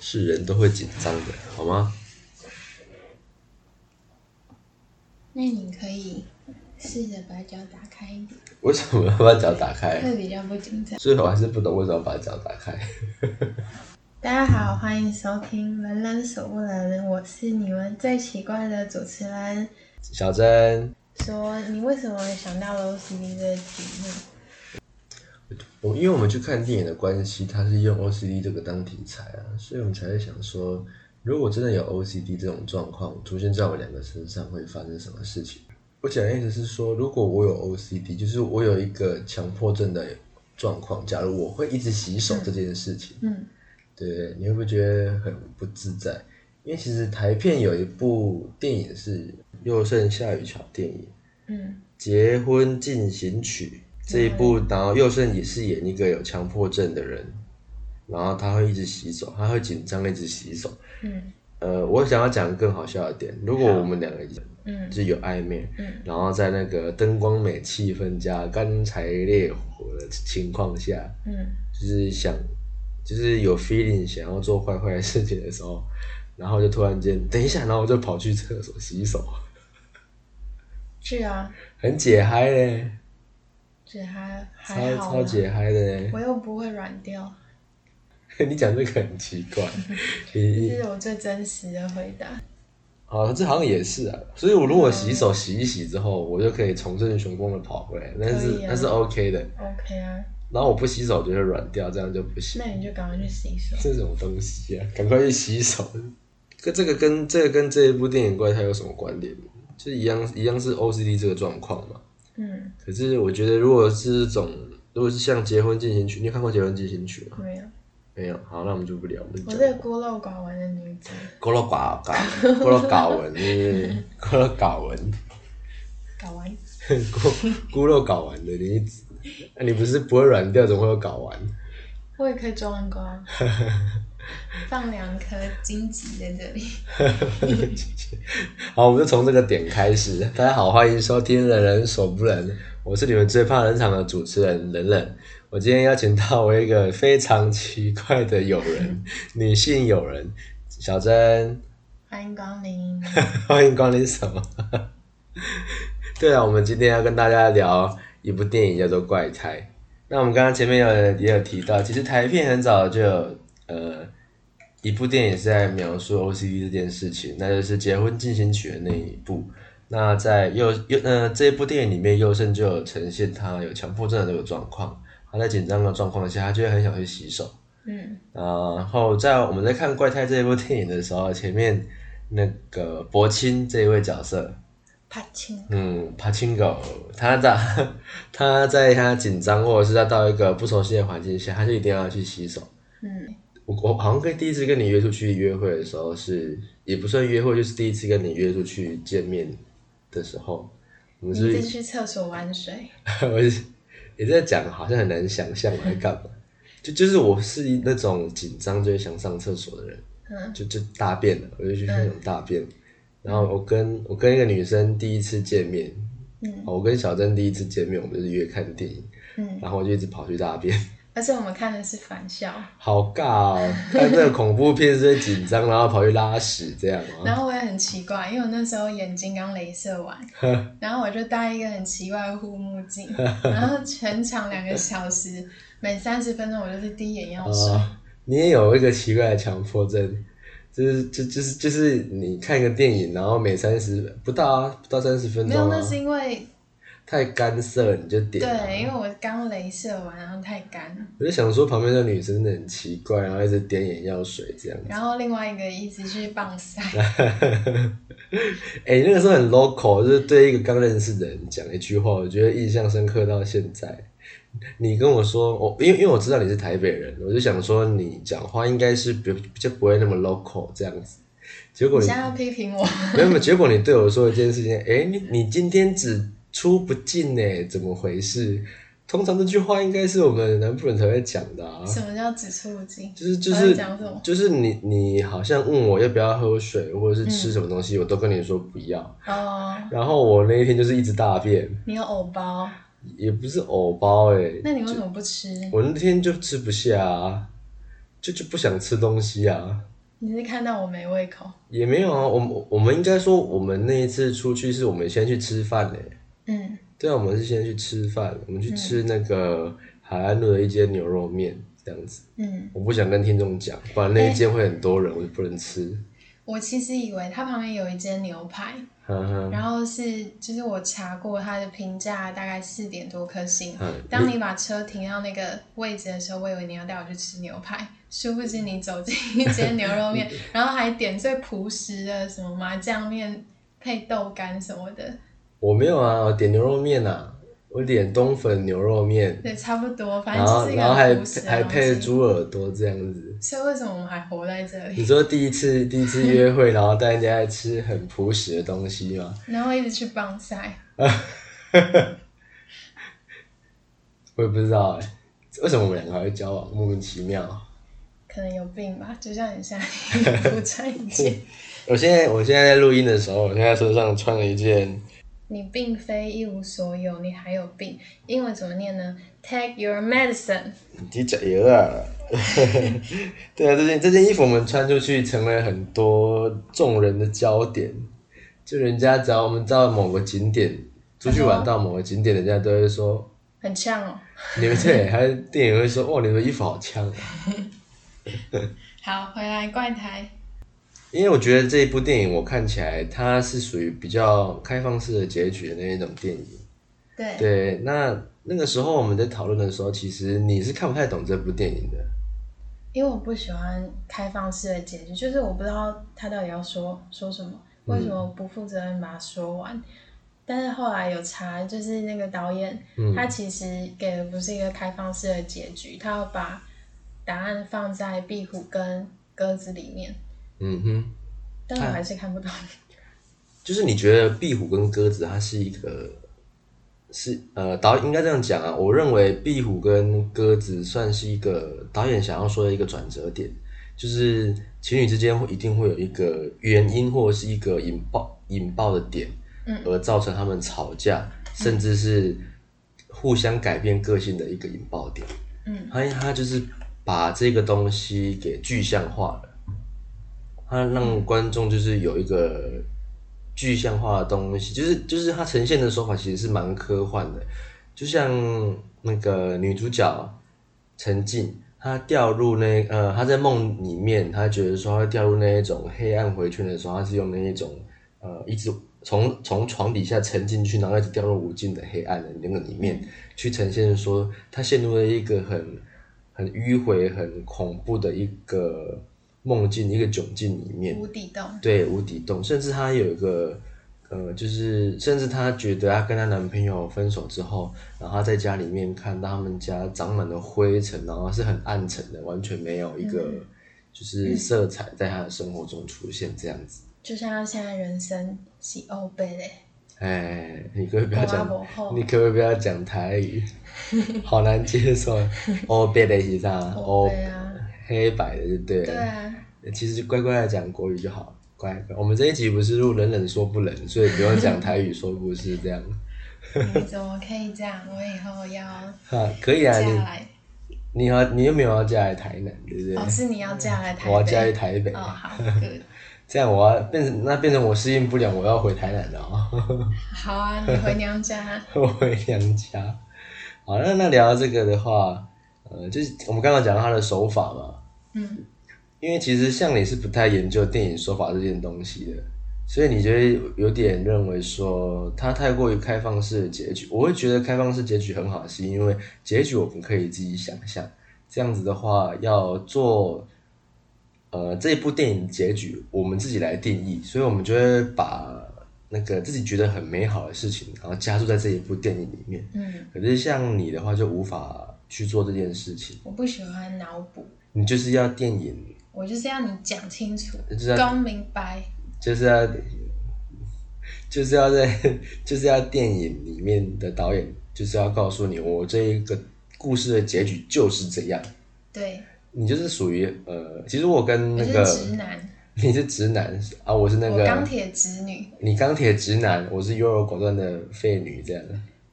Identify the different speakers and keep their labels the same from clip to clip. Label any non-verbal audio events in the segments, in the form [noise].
Speaker 1: 是人都会紧张的，好吗？
Speaker 2: 那你可以试着把脚打开一点，
Speaker 1: 为什么要把脚打开？
Speaker 2: 会比较不紧张。
Speaker 1: 所以我还是不懂为什么要把脚打开。
Speaker 2: 大家好，欢迎收听《人人所不能》，我是你们最奇怪的主持人。
Speaker 1: 小珍，
Speaker 2: 说你为什么想到《楼斯尼》这个题目？
Speaker 1: 我因为我们去看电影的关系，它是用 OCD 这个当题材啊，所以我们才会想说，如果真的有 OCD 这种状况出现在我们两个身上，会发生什么事情？我讲的意思是说，如果我有 OCD，就是我有一个强迫症的状况，假如我会一直洗手这件事情，
Speaker 2: 嗯，
Speaker 1: 对，你会不会觉得很不自在？因为其实台片有一部电影是《又胜下雨桥》电影，
Speaker 2: 嗯，
Speaker 1: 《结婚进行曲》这一部，然后佑胜也是演一个有强迫症的人，然后他会一直洗手，他会紧张一直洗手。
Speaker 2: 嗯，
Speaker 1: 呃，我想要讲更好笑的点，如果我们两个已经
Speaker 2: 嗯，
Speaker 1: 就是有暧昧，
Speaker 2: 嗯
Speaker 1: 然后在那个灯光美、气氛加干柴烈火的情况下，
Speaker 2: 嗯，
Speaker 1: 就是想，就是有 feeling 想要做坏坏的事情的时候，然后就突然间等一下，然后我就跑去厕所洗手，
Speaker 2: 是啊，
Speaker 1: 很解嗨嘞，
Speaker 2: 这还还
Speaker 1: 超
Speaker 2: 好
Speaker 1: 超
Speaker 2: 啦，
Speaker 1: 解嗨的嘞。
Speaker 2: 我又不会软掉，
Speaker 1: [laughs] 你讲这个很奇
Speaker 2: [laughs]
Speaker 1: 怪，你
Speaker 2: 这
Speaker 1: 你
Speaker 2: 是我最真实的回答。
Speaker 1: 啊，这好像也是啊。所以我如果
Speaker 2: 嗯
Speaker 1: 洗手洗一洗之后，我就可以重振雄风的跑回来，那是、
Speaker 2: 可以啊
Speaker 1: 那是 OK 的。
Speaker 2: OK 啊，
Speaker 1: 然后我不洗手就会软掉，这样就不行
Speaker 2: 那。你就赶快去洗手。
Speaker 1: 这种东西啊，赶快去洗手。跟这个跟这个跟这一部电影怪胎有什么关联吗？就是一样一样是 OCD 这个状况嘛。
Speaker 2: 嗯，
Speaker 1: 可是我觉得，如果是这种，如果是像《结婚进行曲》，你有看过《结婚进行曲》吗？
Speaker 2: 没有，
Speaker 1: 没有。好，那我们就不聊。我们
Speaker 2: 我
Speaker 1: 讲
Speaker 2: 是个孤陋寡闻的女子。
Speaker 1: 孤陋寡寡孤陋寡闻， [laughs] 是孤陋寡闻，
Speaker 2: 搞完，
Speaker 1: 孤孤陋寡闻的女子。那你不是不会软掉，怎么会有睾丸？
Speaker 2: 我也可以装很光，放两颗荆棘在这里。
Speaker 1: 好，我们就从这个点开始。大家好，欢迎收听《人人所不能》，我是你们最怕冷场的主持人冷冷。我今天邀请到我一个非常奇怪的友人，女性友人小珍，
Speaker 2: 欢迎光
Speaker 1: [laughs]
Speaker 2: 临，
Speaker 1: 欢迎光临什么？ [laughs] 对啊，我们今天要跟大家聊一部电影叫做《怪胎》。那我们刚刚前面有也有提到，其实台片很早就有呃一部电影是在描述 OCD 这件事情，那就是《结婚进行曲》的那一部。那在右右呃这一部电影里面，右胜就有呈现他有强迫症的这个状况，他在紧张的状况下，他就会很想去洗手。
Speaker 2: 嗯，
Speaker 1: 然后在我们在看《怪胎》这一部电影的时候，前面那个柏青这一位角色，
Speaker 2: 帕青，
Speaker 1: 嗯，帕青狗，他在他在他紧张或者是他到一个不熟悉的环境下，他就一定要去洗手。
Speaker 2: 嗯
Speaker 1: 我我好像跟第一次跟你约出去约会的时候是，也不算约会，就是第一次跟你约出去见面的时候，我，
Speaker 2: 你
Speaker 1: 们
Speaker 2: 自
Speaker 1: 是，
Speaker 2: 己去厕所玩水，
Speaker 1: [laughs] 我是也在讲，好像很难想象我在干嘛。就就是我是那种紧张就会想上厕所的人，
Speaker 2: 嗯
Speaker 1: 就就大便了，我就去那种大便。然后我跟我跟一个女生第一次见面，哦
Speaker 2: 嗯
Speaker 1: 我跟小珍第一次见面，我们就是约看电影，
Speaker 2: 嗯，
Speaker 1: 然后我就一直跑去大便， [laughs]
Speaker 2: 而且我们看的是返校，
Speaker 1: 好尬哦！看这个恐怖片是会紧张，然后跑去拉屎这样啊。
Speaker 2: [laughs] 然后我也很奇怪，因为我那时候眼睛刚镭射完，然后我就戴一个很奇怪的护目镜，然后全场两个小时，每三十分钟我就是滴眼药水，
Speaker 1: 啊，你也有一个奇怪的强迫症，就是就就是就是你看一个电影，然后每三十不到啊，不到三十分
Speaker 2: 没有，
Speaker 1: 钟
Speaker 2: 那
Speaker 1: 啊，
Speaker 2: 是因为
Speaker 1: 太干涩了你就点、啊。
Speaker 2: 对，因为我刚镭射完，然后太干，
Speaker 1: 我就想说旁边的女生真的很奇怪，然后一直点眼药水这样。
Speaker 2: 然后另外一个一直去
Speaker 1: [laughs]
Speaker 2: 棒晒，
Speaker 1: 哎、那个时候很 local，就是对一个刚认识的人讲一句话，我觉得印象深刻到现在。你跟我说，我因为因为我知道你是台北人，我就想说你讲话应该是比比较不会那么 local 这样子。结果
Speaker 2: 你
Speaker 1: 你
Speaker 2: 现在要批评我，
Speaker 1: 没有没有，结果你对我说一件事情，哎、你你今天只出不进呢、怎么回事？通常这句话应该是我们南部人才会讲的啊，
Speaker 2: [laughs] 什么叫指出不进？
Speaker 1: 就是就
Speaker 2: 我在
Speaker 1: 是
Speaker 2: 讲什么
Speaker 1: 就是你你好像问我要不要喝水或者是
Speaker 2: 嗯
Speaker 1: 吃什么东西，我都跟你说不要，
Speaker 2: [laughs] 哦，
Speaker 1: 然后我那一天就是一直大便，
Speaker 2: 你有藕包，
Speaker 1: 也不是藕包哎、
Speaker 2: 那你为什么不吃？
Speaker 1: 我那天就吃不下啊，就就不想吃东西啊。
Speaker 2: 你是看到我没胃口？
Speaker 1: 也没有啊，我们我们应该说，我们那一次出去是我们先去吃饭嘞、
Speaker 2: 嗯，
Speaker 1: 对啊，我们是先去吃饭，我们去吃那个海岸路的一间牛肉面，这样子。
Speaker 2: 嗯，
Speaker 1: 我不想跟听众讲，不然那一间会很多人，我就不能吃。 [laughs]
Speaker 2: 我其实以为它旁边有一间牛排，
Speaker 1: 哈哈，
Speaker 2: 然后是就是我查过它的评价大概四点多颗星。
Speaker 1: 嗯
Speaker 2: 当你把车停到那个位置的时候，我以为你要带我去吃牛排，殊不知你走进一间牛
Speaker 1: [laughs]
Speaker 2: 肉面，然后还点最朴实的什么麻酱面配豆干什么的，
Speaker 1: 我没有啊，我点牛肉面啊，我点冬粉牛肉面，
Speaker 2: 对，差不多，反
Speaker 1: 然
Speaker 2: 正
Speaker 1: 后
Speaker 2: 就是一个
Speaker 1: 然后还
Speaker 2: 很朴实
Speaker 1: 配
Speaker 2: 的
Speaker 1: 还
Speaker 2: 东
Speaker 1: 配
Speaker 2: 西。
Speaker 1: 猪耳朵这样子。
Speaker 2: 所以为什么我们还活在这里？ [laughs]
Speaker 1: 你说第一次第一次约会，然后带人家来吃很朴实的东西吗？
Speaker 2: 然后一直去棒晒，
Speaker 1: 我也不知道哎、为什么我们两个还会交往，莫名其妙。
Speaker 2: 可能有病吧，就像你现在不穿一件。
Speaker 1: 我现在我现在在录音的时候，我现在身上穿了一件，
Speaker 2: 你并非一无所有，你还有病。英文怎么念呢？Take your medicine。
Speaker 1: 你加油啊！ [laughs] 对啊，这件这件衣服我们穿出去，成为很多众人的焦点。就人家只要我们到某个景点出去玩，
Speaker 2: 嗯
Speaker 1: 到某个景点，人家都会说
Speaker 2: 很呛哦。
Speaker 1: 你们对，还有店员会说哦，你们衣服好呛、啊。
Speaker 2: 好，回来怪台。
Speaker 1: 因为我觉得这一部电影，我看起来它是属于比较开放式的结局的那一种电影。
Speaker 2: 对，
Speaker 1: 对，那那个时候我们在讨论的时候，其实你是看不太懂这部电影的。
Speaker 2: 因为我不喜欢开放式的结局，就是我不知道他到底要说说什么，为什么
Speaker 1: 嗯
Speaker 2: 不负责任把它说完。但是后来有查，就是那个导演，
Speaker 1: 嗯
Speaker 2: 他其实给的不是一个开放式的结局，他要把答案放在壁虎跟鸽子里面，
Speaker 1: 嗯哼，
Speaker 2: 但
Speaker 1: 哎
Speaker 2: 我还是看不懂。
Speaker 1: 就是你觉得壁虎跟鸽子，它是一个是呃导演应该这样讲啊，我认为壁虎跟鸽子算是一个导演想要说的一个转折点，就是情侣之间会一定会有一个原因或者是一个引爆引爆的点，
Speaker 2: 嗯
Speaker 1: 而造成他们吵架，甚至是互相改变个性的一个引爆点。
Speaker 2: 嗯
Speaker 1: 他他就是把这个东西给具象化了，他让观众就是有一个具象化的东西，就是就是他呈现的手法其实是蛮科幻的，就像那个女主角陈静，她掉入那呃她在梦里面，她觉得说她掉入那一种黑暗回圈的时候，她是用那一种呃一直从从床底下沉进去，然后一直掉入无尽的黑暗的那个里面，去呈现说她陷入了一个很很迂回、很恐怖的一个梦境、一个窘境里面。
Speaker 2: 无底洞。
Speaker 1: 对无底洞，甚至她有一个呃，就是甚至她觉得她跟她男朋友分手之后，然后她在家里面看到他们家长满了灰尘，然后是很暗沉的，完全没有一个、
Speaker 2: 嗯
Speaker 1: 就是色彩在她的生活中出现这样子。
Speaker 2: 就像他现在人生是欧贝嘞，
Speaker 1: 哎，你可不可以不要讲
Speaker 2: 我啊我后，
Speaker 1: 你可不可以不要讲台
Speaker 2: [laughs]
Speaker 1: 语？好难接受。哦，别的是啥？哦，
Speaker 2: 对啊，
Speaker 1: 黑白的就对了。[laughs]
Speaker 2: 对啊，
Speaker 1: 其实就乖乖的讲国语就好，乖乖。我们这一集不是录冷冷说不冷，所以不用讲台语说不是
Speaker 2: [laughs]
Speaker 1: 这样。
Speaker 2: 你怎么可以这样？我以后要
Speaker 1: 哈，可以啊，
Speaker 2: 嫁
Speaker 1: 你
Speaker 2: 来，
Speaker 1: 你和你又没有要嫁来台南，对不对？
Speaker 2: 哦，是你要嫁来台北，
Speaker 1: 我要嫁来台北，
Speaker 2: 哦，好，good，
Speaker 1: 这样我要变成那变成我适应不了，我要回台南了啊、
Speaker 2: 好啊，你回娘家，
Speaker 1: [laughs] 我回娘家。好，那那聊到这个的话，呃，就是我们刚刚讲到他的手法嘛，
Speaker 2: 嗯，
Speaker 1: 因为其实像你是不太研究电影手法这件东西的，所以你就会有点认为说它太过于开放式的结局。我会觉得开放式结局很好，是因为结局我们可以自己想象。这样子的话，要做呃这一部电影结局，我们自己来定义，所以我们就会把那个自己觉得很美好的事情，然后加注在这一部电影里面。
Speaker 2: 嗯，
Speaker 1: 可是像你的话，就无法去做这件事情，
Speaker 2: 我不喜欢脑补，
Speaker 1: 你就是要电影，
Speaker 2: 我就是要你讲清楚，
Speaker 1: 就是要
Speaker 2: 讲明白，
Speaker 1: 就是要就是要在就是要电影里面的导演就是要告诉你，我这一个故事的结局就是这样。
Speaker 2: 对，
Speaker 1: 你就是属于呃，其实我跟
Speaker 2: 我
Speaker 1: 那
Speaker 2: 是
Speaker 1: 个
Speaker 2: 直男，
Speaker 1: 你是直男啊，我是那
Speaker 2: 我钢
Speaker 1: 个
Speaker 2: 铁直女，
Speaker 1: 你钢铁直男，我是优柔寡断的废女这样。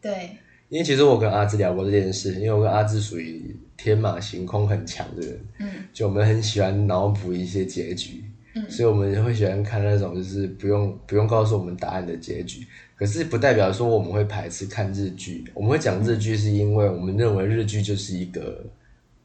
Speaker 2: 对，
Speaker 1: 因为其实我跟阿志聊过这件事，因为我跟阿志属于天马行空很强的人，
Speaker 2: 嗯
Speaker 1: 就我们很喜欢脑补一些结局，
Speaker 2: 嗯
Speaker 1: 所以我们会喜欢看那种就是不用不用告诉我们答案的结局。可是不代表说我们会排斥看日剧，我们会讲日剧是因为我们认为日剧就是一个，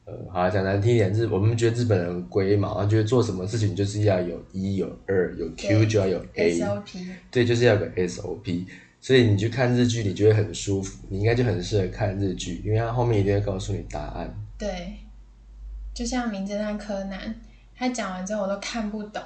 Speaker 1: 呃，好讲难听一点，日我们觉得日本人龟毛，啊然后觉得做什么事情就是要有一有二有 Q
Speaker 2: 对
Speaker 1: 就要有 A，
Speaker 2: ，SOP，
Speaker 1: 对，就是要有个 SOP。所以你去看日剧，你就会很舒服，你应该就很适合看日剧，因为它后面一定会告诉你答案。
Speaker 2: 对，就像《名侦探柯南》，他讲完之后我都看不懂，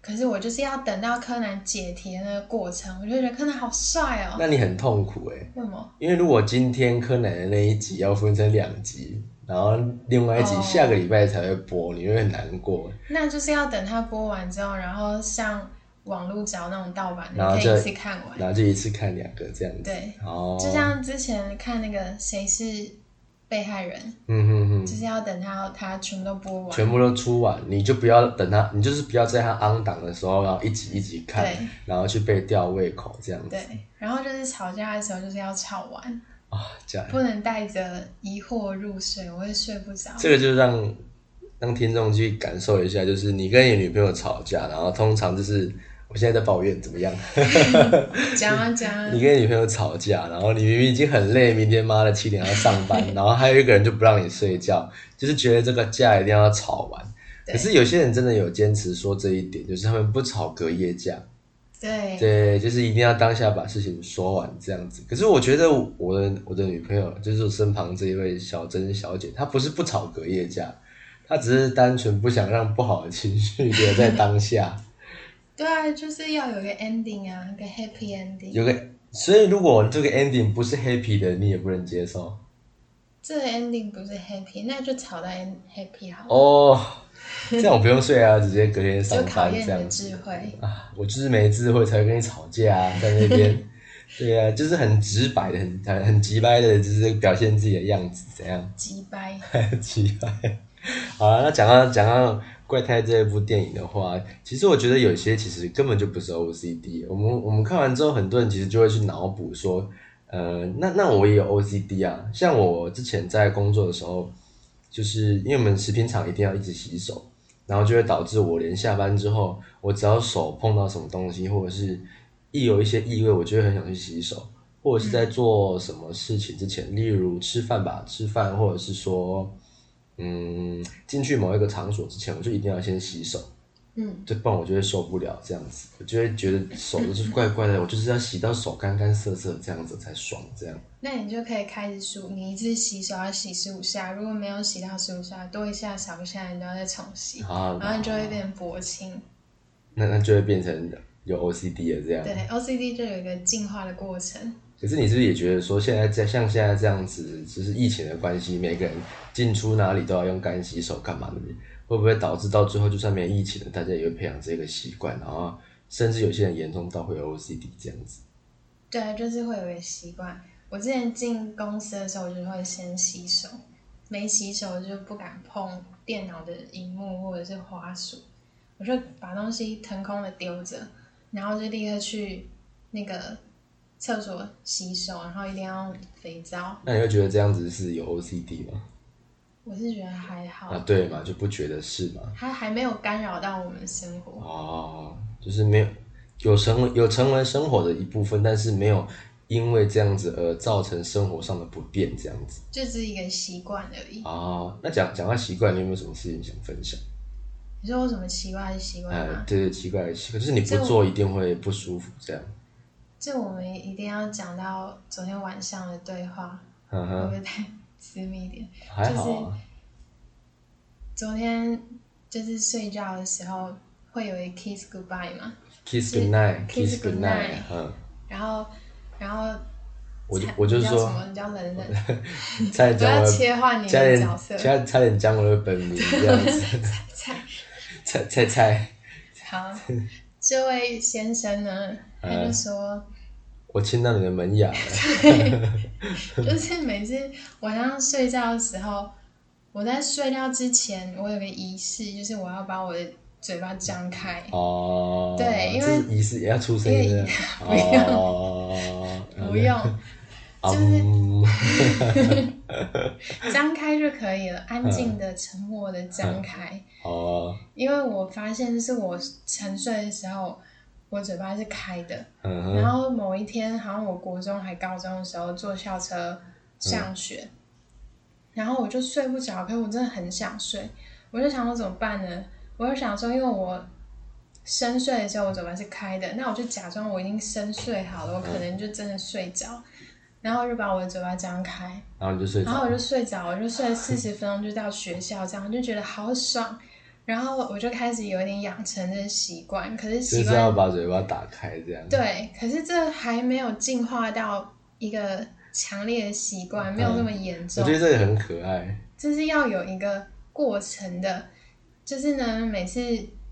Speaker 2: 可是我就是要等到柯南解题的那个过程，我就觉得柯南好帅哦。
Speaker 1: 那你很痛苦欸诶、
Speaker 2: 为什么？
Speaker 1: 因为如果今天柯南的那一集要分成两集，然后另外一集
Speaker 2: 哦
Speaker 1: 下个礼拜才会播，你会很难过。
Speaker 2: 那就是要等他播完之后，然后上网络找那种盗版
Speaker 1: 然
Speaker 2: 的，
Speaker 1: 后
Speaker 2: 你
Speaker 1: 就
Speaker 2: 可以一次看完。
Speaker 1: 然后就一次看两个这样子。
Speaker 2: 对，
Speaker 1: 哦，
Speaker 2: 就像之前看那个谁是被害人，
Speaker 1: 嗯哼
Speaker 2: 就
Speaker 1: 哼，
Speaker 2: 是要等他他全部都播完。
Speaker 1: 全部都出完，你就不要等它，你就是不要在它 on 档的时候，然后一集一集看
Speaker 2: 对，
Speaker 1: 然后去被吊胃口这样子。
Speaker 2: 对，然后就是吵架的时候就是要吵完，
Speaker 1: 啊、这样
Speaker 2: 不能带着疑惑入睡，我会睡不着。
Speaker 1: 这个就让让听众去感受一下，就是你跟你女朋友吵架，然后通常就是我现在在抱怨怎么样。
Speaker 2: 讲啊讲啊，
Speaker 1: 你跟你女朋友吵架，然后你明明已经很累，明天妈的七点要上班，然后还有一个人就不让你睡觉，就是觉得这个架一定要吵完。
Speaker 2: 对
Speaker 1: 可是有些人真的有坚持说这一点，就是他们不吵隔夜架，
Speaker 2: 对，
Speaker 1: 对，就是一定要当下把事情说完这样子。可是我觉得我的我的女朋友，就是我身旁这一位小珍小姐，她不是不吵隔夜架，她只是单纯不想让不好的情绪留在当下。
Speaker 2: 对啊，就是要有一个 ending 啊，一个 happy ending。
Speaker 1: 有个，所以如果这个 ending 不是 happy 的，你也不能接受。
Speaker 2: 这个 ending 不是 happy，那就吵到 end happy 好了，
Speaker 1: 哦，这样我不用睡啊，直接隔天上
Speaker 2: 就考
Speaker 1: 班
Speaker 2: 验你
Speaker 1: 这
Speaker 2: 的
Speaker 1: 样
Speaker 2: 智
Speaker 1: 子
Speaker 2: 慧。
Speaker 1: 啊。我就是没智慧才会跟你吵架啊，在那
Speaker 2: [laughs]
Speaker 1: 边。对啊，就是很直白的，很很很直白的，就是表现自己的样子，怎样？
Speaker 2: 击败。
Speaker 1: [laughs] 奇怪。好了，那讲到讲到《怪胎》这部电影的话，其实我觉得有些其实根本就不是 OCD。我们我们看完之后，很多人其实就会去脑补说，呃，那那我也有 OCD 啊。像我之前在工作的时候，就是因为我们食品厂一定要一直洗手，然后就会导致我连下班之后，我只要手碰到什么东西，或者是一有一些异味，我就会很想去洗手。或者是在做什么事情之前，例如吃饭吧，吃饭，或者是说，嗯，进去某一个场所之前，我就一定要先洗手，
Speaker 2: 嗯，
Speaker 1: 这不然我就会受不了这样子，我就会觉得手就是怪怪的，我就是要洗到手干干涩涩这样子才爽，这样。
Speaker 2: 那你就可以开始数，你一次洗手要洗十五下，如果没有洗到十五下，多一下少一下，你都要再重洗，
Speaker 1: 啊，
Speaker 2: 然后你就会变薄青。
Speaker 1: 那那就会变成有 OCD 的这样。
Speaker 2: 对，OCD 就有一个进化的过程。
Speaker 1: 可是你是不是也觉得说，现在在像现在这样子，就是疫情的关系，每个人进出哪里都要用干洗手，干嘛的？会不会导致到最后，就算没疫情了，大家也会培养这个习惯，然后甚至有些人严重到会有 OCD 这样子？
Speaker 2: 对，啊就是会有一个习惯。我之前进公司的时候，我就会先洗手，没洗手就不敢碰电脑的荧幕或者是滑鼠，我就把东西腾空的丢着，然后就立刻去那个厕所洗手，然后一定要用肥皂。
Speaker 1: 那你会觉得这样子是有 OCD 吗？
Speaker 2: 我是觉得还好，
Speaker 1: 啊，对嘛，就不觉得是嘛？
Speaker 2: 它还没有干扰到我们的生活。
Speaker 1: 哦，就是没有有成为有成为生活的一部分，但是没有因为这样子而造成生活上的不便这样子。
Speaker 2: 就只是一个习惯而已。
Speaker 1: 哦，那讲讲到习惯，你有没有什么事情想分享？
Speaker 2: 你说我什么奇怪的习惯
Speaker 1: 呃
Speaker 2: 吗，？
Speaker 1: 对对，奇怪的习惯，就是你不
Speaker 2: 这我
Speaker 1: 做一定会不舒服，这样。
Speaker 2: 这我们一定要讲到昨天晚上的对话，
Speaker 1: 嗯
Speaker 2: 会不
Speaker 1: 哼，
Speaker 2: 会太 [laughs] 私密一点？
Speaker 1: 还好啊。
Speaker 2: 昨天就是睡觉的时候会有一 kiss goodbye 嘛，
Speaker 1: Kiss
Speaker 2: 是
Speaker 1: good night，kiss
Speaker 2: kiss
Speaker 1: good
Speaker 2: good
Speaker 1: night
Speaker 2: night。 [laughs]
Speaker 1: 嗯，
Speaker 2: 然后然后
Speaker 1: 我就
Speaker 2: 才
Speaker 1: 我就
Speaker 2: 你叫
Speaker 1: 说
Speaker 2: 什么？你
Speaker 1: [laughs]
Speaker 2: 叫冷冷，
Speaker 1: 差点
Speaker 2: 不
Speaker 1: 讲
Speaker 2: 要
Speaker 1: 我的，
Speaker 2: 切换你
Speaker 1: 差
Speaker 2: 的
Speaker 1: 点
Speaker 2: 角色。
Speaker 1: 差差点讲我的本名这
Speaker 2: [laughs]
Speaker 1: 样子。 [laughs]
Speaker 2: 菜
Speaker 1: 菜菜菜，
Speaker 2: 好，
Speaker 1: [laughs]
Speaker 2: 这位先生呢，他
Speaker 1: 呃
Speaker 2: 就说，
Speaker 1: 我亲到你的门牙了。
Speaker 2: 就是每次晚上睡觉的时候，我在睡觉之前，我有个仪式，就是我要把我的嘴巴张开。
Speaker 1: 哦，
Speaker 2: 对因为
Speaker 1: 这
Speaker 2: [laughs]
Speaker 1: 是仪式也要出声音的。
Speaker 2: 因为
Speaker 1: 哦，
Speaker 2: 不用， [laughs]
Speaker 1: 嗯，
Speaker 2: 张开就可以了，安静的、沉默的张开。
Speaker 1: 哦，
Speaker 2: 因为我发现是我沉睡的时候，我嘴巴是开的。
Speaker 1: 嗯哼，
Speaker 2: 然后某一天，好像我国中还高中的时候坐校车
Speaker 1: 嗯
Speaker 2: 上学，然后我就睡不着，可是我真的很想睡，我就想说怎么办呢？我就想说，因为我深睡的时候我嘴巴是开的，那我就假装我已经深睡好了，我
Speaker 1: 嗯
Speaker 2: 可能就真的睡着，然后我就把我的嘴巴张开，
Speaker 1: 然后你就睡着
Speaker 2: 然
Speaker 1: 了，
Speaker 2: 后我就睡着，我就睡了四十分钟就到学校，这样就觉得好爽。然后我就开始有一点养成这个习惯，可是
Speaker 1: 就
Speaker 2: 习
Speaker 1: 是
Speaker 2: 惯
Speaker 1: 要把嘴巴打开这样。
Speaker 2: 对，可是这还没有进化到一个强烈的习惯，没有那么严
Speaker 1: 嗯我
Speaker 2: 重
Speaker 1: 觉，得这个很可爱。
Speaker 2: 就是要有一个过程的。就是呢，每次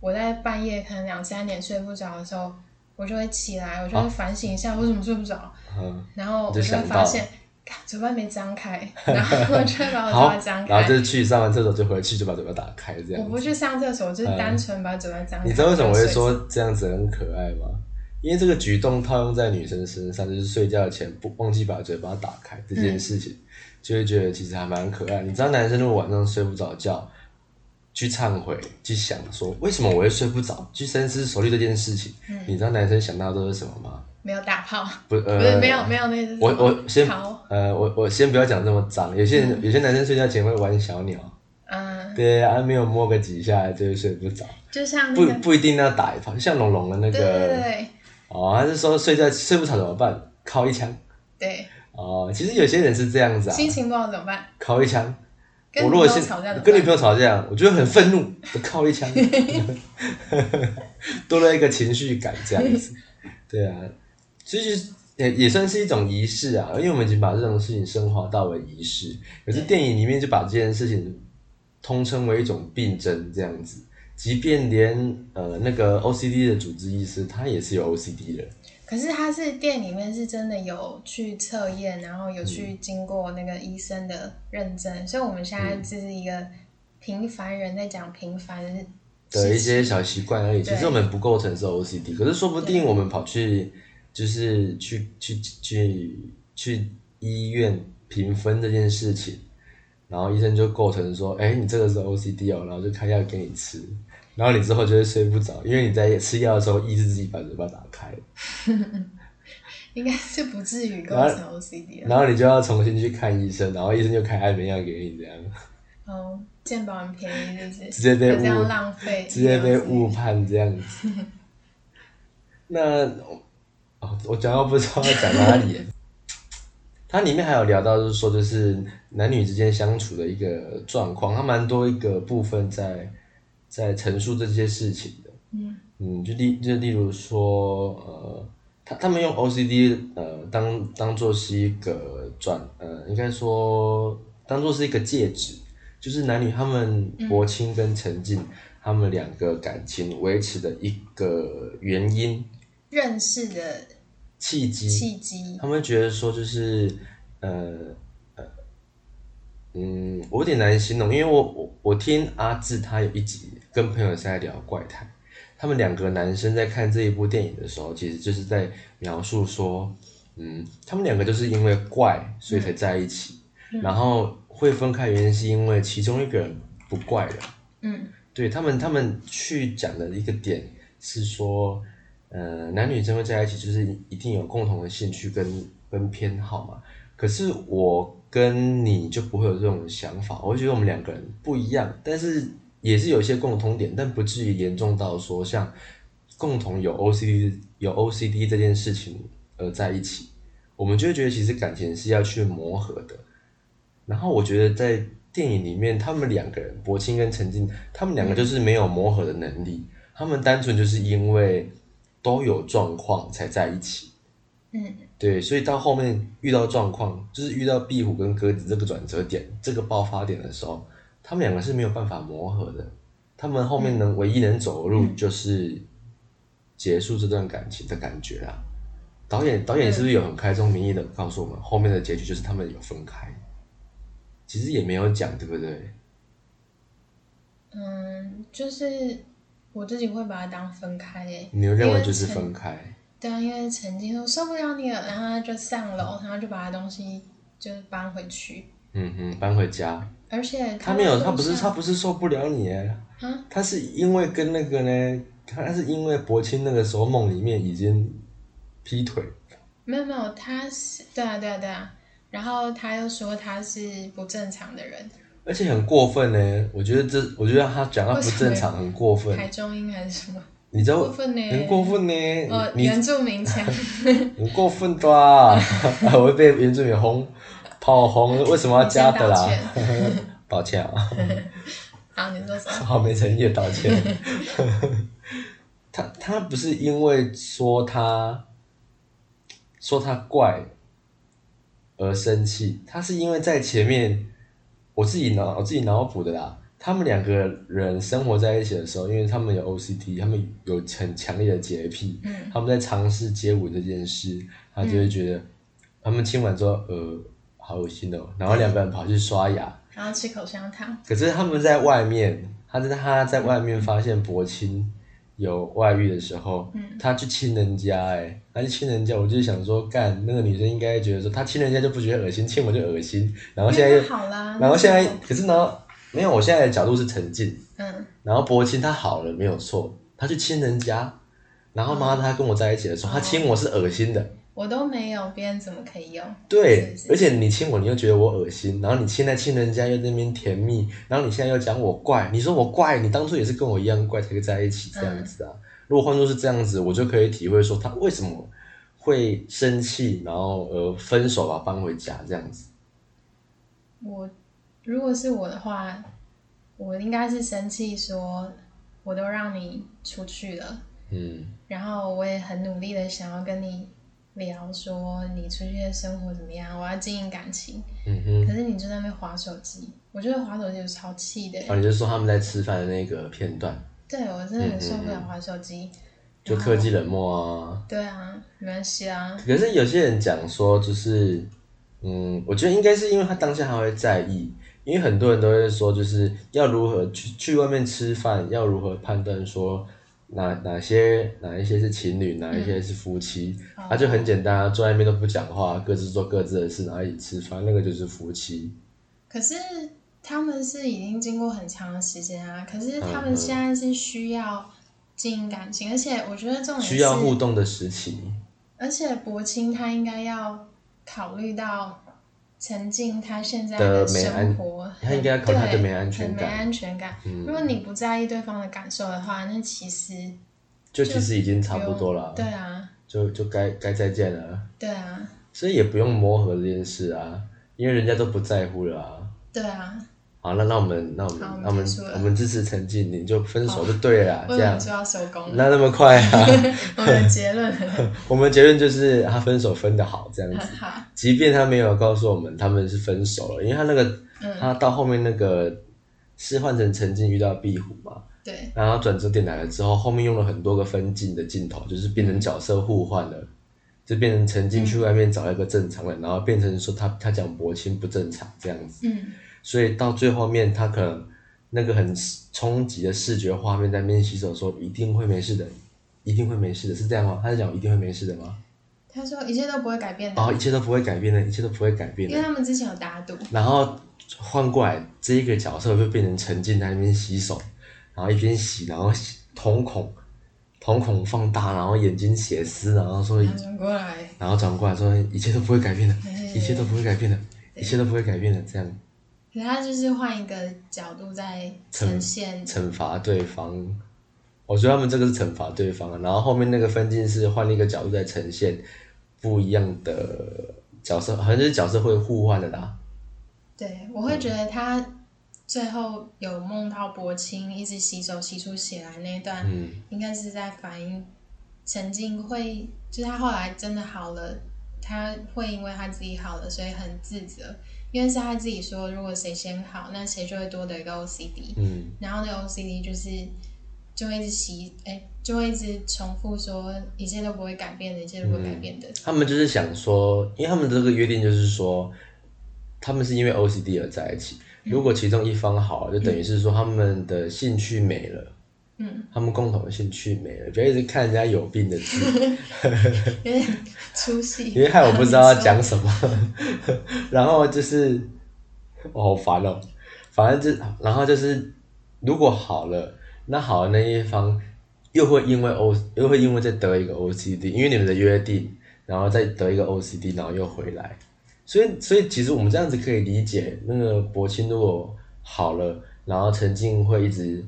Speaker 2: 我在半夜可能两三点睡不着的时候，我就会起来，我就会反省一下我怎么睡不着，
Speaker 1: 嗯，
Speaker 2: 然后我
Speaker 1: 哦就
Speaker 2: 就会
Speaker 1: 想到
Speaker 2: 发
Speaker 1: 了
Speaker 2: 现。干嘴巴没张开，然后我就会把
Speaker 1: [laughs]
Speaker 2: 我嘴
Speaker 1: 好
Speaker 2: 巴，张
Speaker 1: 然后
Speaker 2: 哦开。
Speaker 1: 就去上完厕所就回去就把嘴巴打开这
Speaker 2: 我
Speaker 1: 样
Speaker 2: 不
Speaker 1: 子。
Speaker 2: 去上厕所，我就是单纯把嘴巴张开。
Speaker 1: 嗯你知道为什么我会
Speaker 2: 然后睡着
Speaker 1: 说这样子很可爱吗？因为这个举动套用在女生身上，就是睡觉前不忘记把嘴巴打开这件事情，就会觉得其实还蛮可爱。你知道男生如果晚上睡不着觉，去忏悔，去想说为什么我会睡不着，去深思熟虑这件事情，
Speaker 2: 嗯
Speaker 1: 你知道男生想到都是什么吗？
Speaker 2: 没有打炮？
Speaker 1: 不，呃，
Speaker 2: 不是没有没有那个是
Speaker 1: 我
Speaker 2: 什么
Speaker 1: 我先
Speaker 2: 桃
Speaker 1: 呃，我我先不要讲这么脏，有些人有些男生睡觉前会玩小鸟，
Speaker 2: 嗯，
Speaker 1: 对啊，没有摸个几下就会睡不着，
Speaker 2: 就像那
Speaker 1: 不
Speaker 2: 个
Speaker 1: 不一定要打一炮，就像龙龙的那
Speaker 2: 对对对
Speaker 1: 个
Speaker 2: 对
Speaker 1: 哦，他是说睡觉睡不着怎么办？敲一枪
Speaker 2: 对，
Speaker 1: 哦，其实有些人是这样子啊，
Speaker 2: 心情不好怎么办？
Speaker 1: 敲一枪。
Speaker 2: 跟
Speaker 1: 我
Speaker 2: 女
Speaker 1: 如
Speaker 2: 朋
Speaker 1: 果
Speaker 2: 友
Speaker 1: 现
Speaker 2: 吵架怎么办？
Speaker 1: 跟女朋友吵架，我觉得很愤怒，我敲一枪， [laughs] 多了一个情绪感这样
Speaker 2: [laughs]
Speaker 1: 子。对啊，其实也也算是一种仪式啊，因为我们已经把这种事情升华到为仪式。可是电影里面就把这件事情通称为一种病症这样子，即便连呃那个 OCD 的主治医师，他也是有 OCD 的。
Speaker 2: 可是他是店里面是真的有去测验，然后有去经过那个医生的认证，所以我们现在只是一个平凡人在讲平凡的
Speaker 1: 的一
Speaker 2: 事情。
Speaker 1: 些小习惯而已。
Speaker 2: 对
Speaker 1: 其实我们不构成是 OCD，可是说不定我们跑去就是去去去去医院评分这件事情，然后医生就构成说，哎、你这个是 OCD 哦，然后就开药给你吃，然后你之后就会睡不着，因为你在吃药的时候抑制自己把嘴巴打开，
Speaker 2: 应该是不至于
Speaker 1: [laughs]
Speaker 2: 构
Speaker 1: 然
Speaker 2: 成 OCD 了。
Speaker 1: 然后你就要重新去看医生，然后医生就开安眠药给你，这样
Speaker 2: 哦，健保很便宜，是不
Speaker 1: 直
Speaker 2: 是？
Speaker 1: 接
Speaker 2: 就
Speaker 1: 被
Speaker 2: 这样
Speaker 1: 误
Speaker 2: 浪费，
Speaker 1: 直接被误。判这样子。那哦，我讲到不知道要讲哪里耶。 [laughs] 它里面还有聊到，就是说，就是男女之间相处的一个状况，它蛮多一个部分在在陈述这些事情的。
Speaker 2: 嗯
Speaker 1: 嗯，就例就例如说，呃，他他们用 OCD 呃当当做是一个转呃，应该说当做是一个介质，就是男女他们国亲跟陈静、他们两个感情维持的一个原因
Speaker 2: 认识的
Speaker 1: 契机。
Speaker 2: 契机
Speaker 1: 他，们觉得说就是呃呃嗯，我有点难形容，因为我我我听阿志他有一集跟朋友是在聊怪谈，他们两个男生在看这一部电影的时候，其实就是在描述说，嗯，他们两个就是因为怪所以才在一起，
Speaker 2: 嗯
Speaker 1: 然后会分开原因是因为其中一个人不怪了。
Speaker 2: 嗯
Speaker 1: 对他们，他们去讲的一个点是说，呃，男女生会在一起，就是一定有共同的兴趣跟跟偏好嘛。可是我跟你就不会有这种想法，我会觉得我们两个人不一样，但是也是有一些共同点，但不至于严重到说像共同有 OCD 有 OCD 这件事情而在一起，我们就会觉得其实感情是要去磨合的。然后我觉得在电影里面，他们两个人，柏青跟陈静，他们两个就是没有磨合的能力，他们单纯就是因为都有状况才在一起。
Speaker 2: 嗯，
Speaker 1: 对，所以到后面遇到状况，就是遇到壁虎跟鸽子这个转折点、这个爆发点的时候，他们两个是没有办法磨合的。他们后面能、唯一能走的路就是结束这段感情的感觉啦。导演导演是不是有很开宗明义的告诉我们，后面的结局就是他们有分开？其实也没有讲，对不对？
Speaker 2: 嗯，就是我自己会把它当分开耶。欸
Speaker 1: 你有认
Speaker 2: 因
Speaker 1: 为
Speaker 2: 为
Speaker 1: 就是
Speaker 2: 陈
Speaker 1: 分开？
Speaker 2: 对啊，因为曾经说受不了你了，然后他就上楼，然后就把他东西就是搬回去，
Speaker 1: 嗯哼，搬回家。
Speaker 2: 而且
Speaker 1: 他
Speaker 2: 在
Speaker 1: 没有，
Speaker 2: 路
Speaker 1: 他不是他
Speaker 2: 上
Speaker 1: 不是受不了你耶，
Speaker 2: 啊
Speaker 1: 他是因为跟那个呢，他是因为柏青那个时候梦里面已经劈腿，
Speaker 2: 没有没有，他是对啊对啊对啊，然后他又说他是不正常的人，
Speaker 1: 而且很过分呢。我觉得这，我觉得他讲他不正常很过分，
Speaker 2: 台中音还是什么
Speaker 1: 你知道
Speaker 2: 过分呢？
Speaker 1: 很过分呢，
Speaker 2: 呃，
Speaker 1: 你
Speaker 2: 原住民腔， [laughs]
Speaker 1: 你很过分的啦， [laughs] 我会被原住民轰炮轰，为什么要加的啦
Speaker 2: 你先？
Speaker 1: [laughs] 抱歉
Speaker 2: [laughs]
Speaker 1: 啊，
Speaker 2: 好，你说什
Speaker 1: [laughs]
Speaker 2: 么？
Speaker 1: 好没诚意的道歉。他他不是因为说他说他怪而生气，他是因为在前面我自己脑我自己脑补的啦。他们两个人生活在一起的时候，因为他们有 OCD，他们有很强烈的洁癖，
Speaker 2: 嗯
Speaker 1: 他们在尝试接吻这件事，他就会觉得、他们亲完之后，呃，好恶心哦，然后两个人跑去刷牙，
Speaker 2: 然后吃口香糖，
Speaker 1: 可是他们在外面，他在他在外面发现柏青有外遇的时候，
Speaker 2: 嗯
Speaker 1: 他去亲人家、哎，他去亲人家，我就想说，干那个女生应该觉得说，他亲人家就不觉得恶心，亲我就恶心，然后现在
Speaker 2: 那
Speaker 1: 又
Speaker 2: 就，好啦，
Speaker 1: 然后现在
Speaker 2: 那就好，
Speaker 1: 可是呢，没有，我现在的角度是沉浸，
Speaker 2: 嗯，
Speaker 1: 然后柏青他好了没有错，他去亲人家，然后妈他跟我在一起的时
Speaker 2: 哦
Speaker 1: 候，他亲我是恶心的。
Speaker 2: 我都没有，别人怎么可以用？
Speaker 1: 对
Speaker 2: 是，是
Speaker 1: 而且你亲我，你又觉得我恶心，然后你现在亲人家又在那边甜蜜，然后你现在又讲我怪，你说我怪，你当初也是跟我一样怪才会在一起这样子啊。如果换作是这样子，我就可以体会说他为什么会生气，然后呃分手吧，搬回家这样子。
Speaker 2: 我如果是我的话，我应该是生气说，我都让你出去了，
Speaker 1: 嗯
Speaker 2: 然后我也很努力的想要跟你聊说你出去的生活怎么样，我要经营感情，
Speaker 1: 嗯
Speaker 2: 可
Speaker 1: 哼，
Speaker 2: 是你就在那边划手机，我觉得划手机有超气的，
Speaker 1: 啊，你就说他们在吃饭的那个片段，
Speaker 2: 对我真的
Speaker 1: 嗯
Speaker 2: 很受不了划手机，
Speaker 1: 就
Speaker 2: 然后
Speaker 1: 科技冷漠啊。
Speaker 2: 对啊，没关系啊，
Speaker 1: 可是有些人讲说，就是，嗯，我觉得应该是因为他当下他会在意，因为很多人都会说，就是要如何去去外面吃饭，要如何判断说哪哪些哪一些是情侣，哪一些是夫妻，
Speaker 2: 哦
Speaker 1: 他就很简单啊，坐在那边都不讲话，各自做各自的事，然后一起吃饭，那个就是夫妻。
Speaker 2: 可是他们是已经经过很长的时间啊，可是他
Speaker 1: 嗯
Speaker 2: 们
Speaker 1: 嗯
Speaker 2: 现在是需要经营感情，而且我觉得重点是
Speaker 1: 需要互动的时期，
Speaker 2: 而且柏青他应该要考虑到沉浸他现在
Speaker 1: 的没安
Speaker 2: 生活，
Speaker 1: 他应该要考虑他的
Speaker 2: 对
Speaker 1: 没安全
Speaker 2: 很没
Speaker 1: 感
Speaker 2: 安全感。
Speaker 1: 嗯
Speaker 2: 如果你不在意对方的感受的话，那其实
Speaker 1: 就其实已经差不多了啊，
Speaker 2: 对啊，
Speaker 1: 就就该该再见了，
Speaker 2: 对啊，
Speaker 1: 所以也不用磨合这件事啊，因为人家都不在乎了啊。
Speaker 2: 对啊，
Speaker 1: 好，那那我们那我们
Speaker 2: 好
Speaker 1: 那我们
Speaker 2: 结束了
Speaker 1: 我们支持陈静，你就分手就对了啦，啊这
Speaker 2: 为什
Speaker 1: 样
Speaker 2: 么说要收工了？
Speaker 1: 那那么快啊？
Speaker 2: [laughs] 我们的结
Speaker 1: [laughs]
Speaker 2: 论很
Speaker 1: 我们结论就是他分手分的好，这
Speaker 2: [laughs]
Speaker 1: 样子。
Speaker 2: 很好，
Speaker 1: 即便他没有告诉我们他们是分手了，因为他那个
Speaker 2: 嗯，
Speaker 1: 他到后面那个是换成陈静遇到壁虎嘛，
Speaker 2: 对，
Speaker 1: 然后转折点来了之后，后面用了很多个分镜的镜头，就是变成角色互换了，就变成陈静
Speaker 2: 嗯
Speaker 1: 去外面找一个正常人，然后变成说他他讲柏青不正常这样子。
Speaker 2: 嗯，
Speaker 1: 所以到最后面，他可能那个很冲击的视觉画面在那边洗手说一定会没事的，一定会没事的，是这样吗？他是讲一定会没事的吗？
Speaker 2: 他说一切都不会改变的，
Speaker 1: 然后一切都不会改变的，一切都不会改变
Speaker 2: 因为
Speaker 1: 的。
Speaker 2: 他们之前有打赌，
Speaker 1: 然后换过来，这一个角色就变成沉浸在那边洗手，然后一边洗，然后洗瞳孔瞳孔放大，然后眼睛血丝，然后说，
Speaker 2: 他转过来，
Speaker 1: 然后转过来说一切都不会改变的，一切都不会改变的，一切都不会改变的，这样
Speaker 2: 可是他就是换一个角度在呈现，
Speaker 1: 惩罚对方。我觉得他们这个是惩罚对方啊，然后后面那个分镜是换了一个角度在呈现不一样的角色，好像就是角色会互换的啦。
Speaker 2: 对我会觉得他最后有梦到柏青一直洗手洗出血来那一段，
Speaker 1: 嗯，
Speaker 2: 应该是在反映陈静会，就是他后来真的好了，他会因为他自己好了，所以很自责，因为是他自己说，如果谁先好，那谁就会多得一个 OCD，
Speaker 1: 嗯，
Speaker 2: 然后那个 OCD 就是就会一直洗，哎、就会一直重复说一切都不会改变的，一切都不会
Speaker 1: 嗯
Speaker 2: 改变的，
Speaker 1: 他们就是想说，因为他们这个约定就是说，他们是因为 OCD 而在一起。如果其中一方好了，就等于是说他们的兴趣没了，
Speaker 2: 嗯，
Speaker 1: 他们共同的兴趣没了，不要一直看人家有病的剧，
Speaker 2: 有点出戏。
Speaker 1: 因为害我不知道要讲什么。 [laughs] 然后就是，我、好烦哦。反正就，然后就是，如果好了，那好的那一方又会因为 O，又会因为再得一个 OCD，因为你们的约定，然后再得一个 OCD，然后又回来。所以，所以其实我们这样子可以理解，那个柏青如果好了，然后陈静会一直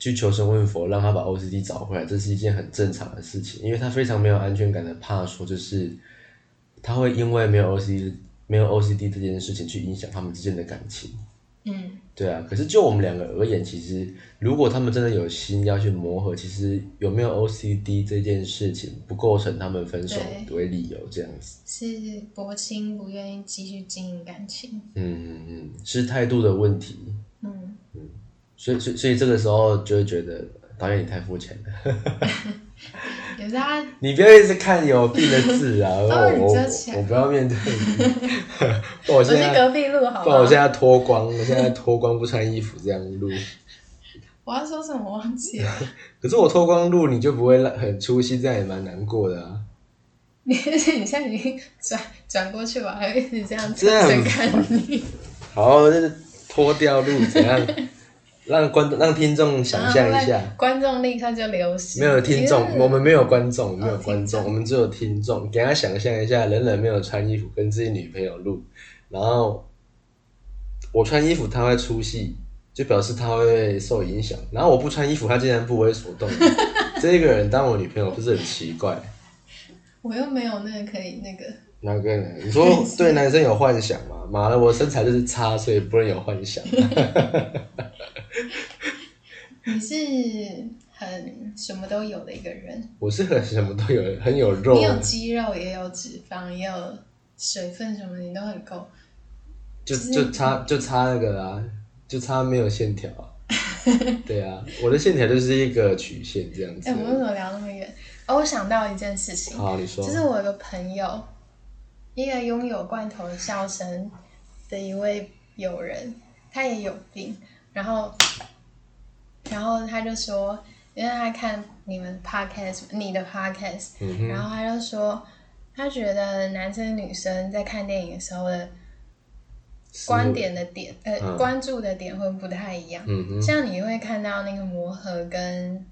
Speaker 1: 去求神问佛，让他把 OCD 找回来，这是一件很正常的事情，因为他非常没有安全感的怕说，就是他会因为没有 OCD 没有 OCD 这件事情去影响他们之间的感情。
Speaker 2: [laughs] 嗯，
Speaker 1: 对啊，可是就我们两个而言，其实如果他们真的有心要去磨合，其实有没有 OCD 这件事情不构成他们分手
Speaker 2: 对
Speaker 1: 为理由这样子。
Speaker 2: 是薄青不愿意继续经营感情。
Speaker 1: 嗯嗯嗯，是态度的问题，
Speaker 2: 嗯，
Speaker 1: 所以所以所以这个时候就会觉得导演你太肤浅了， [laughs]
Speaker 2: 也是他
Speaker 1: 你不要一直看有病的字
Speaker 2: [laughs]
Speaker 1: 啊，我
Speaker 2: 哦你
Speaker 1: 我
Speaker 2: 遮起来
Speaker 1: 我不要面对你， [laughs] 不然我
Speaker 2: 我
Speaker 1: 现
Speaker 2: 是
Speaker 1: 在
Speaker 2: 隔壁路，
Speaker 1: 不
Speaker 2: 好不
Speaker 1: 然
Speaker 2: 好
Speaker 1: 我？现在脱光，我现在脱光不穿衣服这样录，
Speaker 2: 我要说什么我忘记了？ [laughs]
Speaker 1: 可是我脱光录你就不会让很出戏，这样也蛮难过的啊，
Speaker 2: 你而且你现在已经转转过去吧，还一直这样子
Speaker 1: 这样
Speaker 2: 正看你，
Speaker 1: 好，就是脱掉录怎
Speaker 2: [laughs]
Speaker 1: 样，让观众让听众想象一下
Speaker 2: 然后。观众立刻就流失。
Speaker 1: 没有听众，
Speaker 2: 就是
Speaker 1: 我们没有观众，没有观
Speaker 2: 听
Speaker 1: 众，
Speaker 2: 众
Speaker 1: 我们只有听众。给大家想象一下，冷冷没有穿衣服跟自己女朋友录，然后我穿衣服她会出戏，就表示她会受影响。然后我不穿衣服，她竟然不为所
Speaker 2: [laughs]
Speaker 1: 动，这个人当我女朋友不是很奇怪？
Speaker 2: 我又没有那个可以那个，
Speaker 1: 哪个人？你
Speaker 2: [laughs]
Speaker 1: 说对男生有幻想吗？妈的，我身材就是差，所以不能有幻想。
Speaker 2: [laughs] 你是很什么都有的一个人，
Speaker 1: 我是很什么都有，很有肉
Speaker 2: 你，有肌肉，也有脂肪，也有水分什么的，你都很够。
Speaker 1: 就就差就差那个啦，就差没有线条、
Speaker 2: [laughs]
Speaker 1: 啊。对啊，我的线条就是一个曲线这样子
Speaker 2: 哎、。我们为什么聊那么远？哦，我想到一件事情，
Speaker 1: 好，你说。
Speaker 2: 就是我有个朋友，一个拥有罐头笑声的一位友人，他也有病，然后，然后他就说，因为他看你们 podcast，你的 podcast，、
Speaker 1: 嗯哼
Speaker 2: 然后他就说，他觉得男生女生在看电影的时候的
Speaker 1: 思维
Speaker 2: 观。点的点，呃，
Speaker 1: 嗯
Speaker 2: 关注的点会不太一样。
Speaker 1: 嗯哼，
Speaker 2: 像你会看到那个磨合跟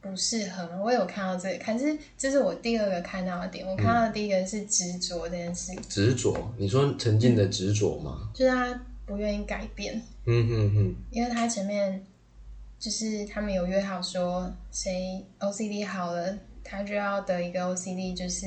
Speaker 2: 不适合嘛，我有看到这个，可是这是我第二个看到的点。我看到的第一个是执着这件事，
Speaker 1: 执着，你说沉浸的执着吗？
Speaker 2: 就是他不愿意改变，
Speaker 1: 嗯哼哼，
Speaker 2: 因为他前面就是他们有约好说，谁 OCD 好了，他就要得一个 OCD，就是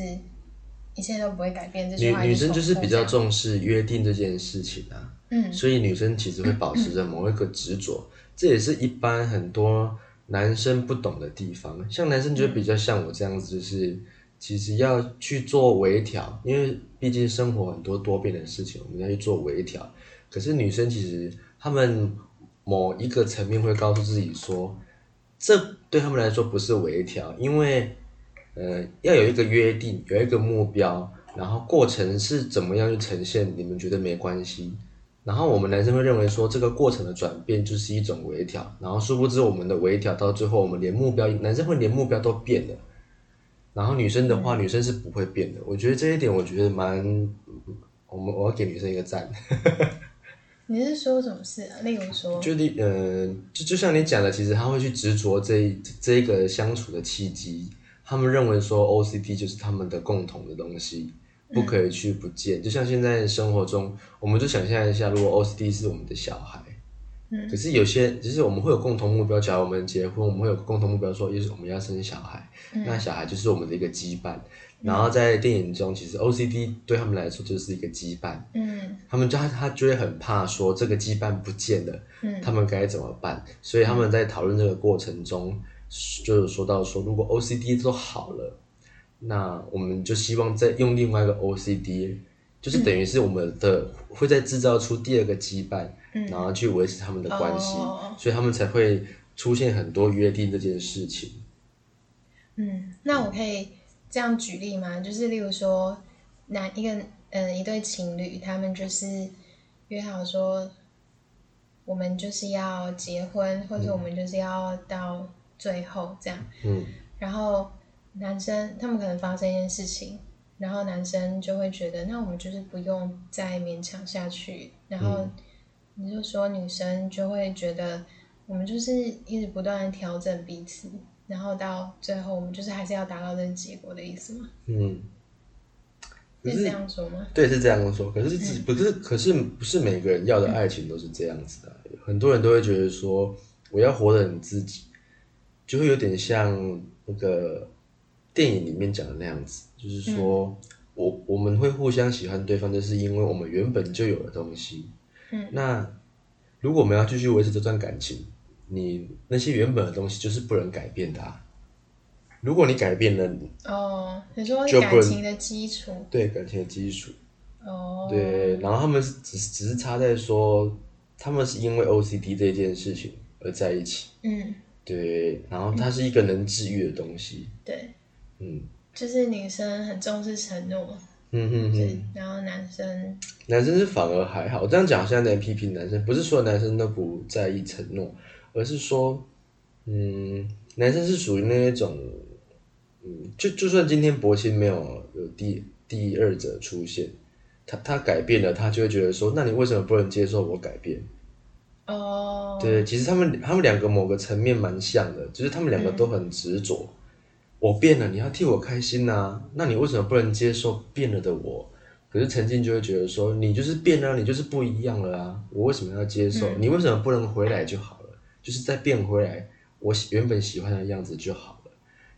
Speaker 2: 一切都不会改变。这句
Speaker 1: 女
Speaker 2: 话
Speaker 1: 女
Speaker 2: 一直
Speaker 1: 生就是
Speaker 2: 重复
Speaker 1: 比较
Speaker 2: 这样，
Speaker 1: 重视约定这件事情啊，
Speaker 2: 嗯，
Speaker 1: 所以女生其实会保持着某一个执着，这也是一般很多男生不懂的地方。像男生就比较像我这样子，就是其实要去做微调，因为毕竟生活很多多变的事情，我们要去做微调。可是女生其实她们某一个层面会告诉自己说，这对他们来说不是微调，因为呃要有一个约定，有一个目标，然后过程是怎么样去呈现，你们觉得没关系。然后我们男生会认为说这个过程的转变就是一种微调，然后殊不知我们的微调到最后，我们连目标，男生会连目标都变了。然后女生的话，女生是不会变的。我觉得这一点，我觉得蛮，我们我要给女生一个赞。
Speaker 2: 你是说什么事啊？例如说，
Speaker 1: 就你呃，就就像你讲的，其实他会去执着这一这一个相处的契机，他们认为说 OCD 就是他们的共同的东西，不可以去不见。就像现在生活中，我们就想象一下，如果 OCD 是我们的小孩，
Speaker 2: 嗯
Speaker 1: 可是有些就是我们会有共同目标，假如我们结婚，我们会有共同目标说，就是我们要生小孩，
Speaker 2: 嗯
Speaker 1: 那小孩就是我们的一个羁绊。然后在电影中，其实 OCD 对他们来说就是一个羁绊，
Speaker 2: 嗯
Speaker 1: 他们就他他就会很怕说这个羁绊不见了。
Speaker 2: 嗯
Speaker 1: 他们该怎么办？所以他们在讨论这个过程中，就有说到说，如果 OCD 都好了，那我们就希望再用另外一个 OCD，就是等于是我们的、会再制造出第二个羁绊，然
Speaker 2: 嗯，
Speaker 1: 后去维持他们的关系，
Speaker 2: 哦
Speaker 1: 所以他们才会出现很多约定这件事情。
Speaker 2: 嗯，那我可以这样举例吗？就是例如说，男一个嗯、呃一对情侣，他们就是约好说，我们就是要结婚，或者我们就是要到最后这样。
Speaker 1: 嗯
Speaker 2: 然后男生他们可能发生一件事情，然后男生就会觉得，那我们就是不用再勉强下去。然后
Speaker 1: 嗯
Speaker 2: 你就说女生就会觉得，我们就是一直不断的调整彼此，然后到最后我们就是还是要达到这个结果的意思吗？
Speaker 1: 嗯，可
Speaker 2: 是这
Speaker 1: 是
Speaker 2: 样说吗？
Speaker 1: 对是这样说，可是自己不是，可是不是每个人要的爱情都是这样子的啊，很多人都会觉得说我要活得很自己，就会有点像那个电影里面讲的那样子，就是说。我我们会互相喜欢对方，就是因为我们原本就有的东西。
Speaker 2: 嗯
Speaker 1: 那如果我们要继续维持这段感情，你那些原本的东西就是不能改变的、啊。如果你改变了，
Speaker 2: 哦，你说
Speaker 1: 就不
Speaker 2: 感情的基础
Speaker 1: 对感情的基础，
Speaker 2: 哦，
Speaker 1: 对，然后他们是只是只是差在说，他们是因为 OCD 这件事情而在一起，
Speaker 2: 嗯
Speaker 1: 对，然后它是一个能治愈的东西，
Speaker 2: 对，
Speaker 1: 嗯
Speaker 2: 就是女生很重视承诺，
Speaker 1: 嗯哼
Speaker 2: 对，
Speaker 1: 哼，
Speaker 2: 然后男生
Speaker 1: 男生是反而还好，这样讲好像有点批评男生，不是说男生都不在意承诺，而是说，嗯，男生是属于那一种，嗯，就就算今天博清没有有第第二者出现，他他改变了，他就会觉得说，那你为什么不能接受我改变？
Speaker 2: 哦，
Speaker 1: 对，其实他们他们两个某个层面蛮像的，就是他们
Speaker 2: 嗯
Speaker 1: 两个都很执着。我变了，你要替我开心呐、那你为什么不能接受变了的我？可是陈静就会觉得说，你就是变啊了，你就是不一样了啊！我为什么要接受？
Speaker 2: 嗯
Speaker 1: 你为什么不能回来就好了？就是再变回来我喜原本喜欢的样子就好了。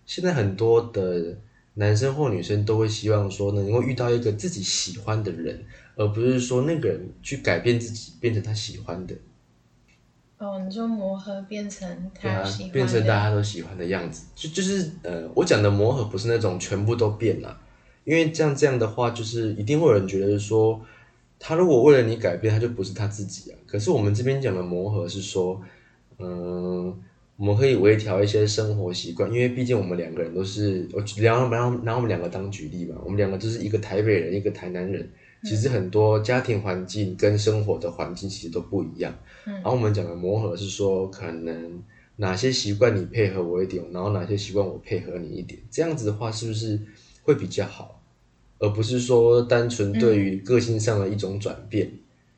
Speaker 1: 现在很多的男生或女生都会希望说，能够遇到一个自己喜欢的人，而不是说那个人去改变自己，变成他喜欢的。
Speaker 2: 哦，你说磨合变成
Speaker 1: 对
Speaker 2: 他
Speaker 1: 啊
Speaker 2: 喜欢，的，
Speaker 1: 变成大家都喜欢的样子，就就是呃，我讲的磨合不是那种全部都变了、因为这样这样的话，就是一定会有人觉得说，他如果为了你改变，他就不是他自己啊。可是我们这边讲的磨合是说，嗯、我们可以微调一些生活习惯，因为毕竟我们两个人都是，我然后然后拿我们两个当举例嘛，我们两个就是一个台北人，一个台南人，其实很多家庭环境跟生活的环境其实都不一样。
Speaker 2: 嗯
Speaker 1: 然后我们讲的磨合是说，可能哪些习惯你配合我一点，然后哪些习惯我配合你一点，这样子的话是不是会比较好，而不是说单纯对于
Speaker 2: 嗯
Speaker 1: 个性上的一种转变？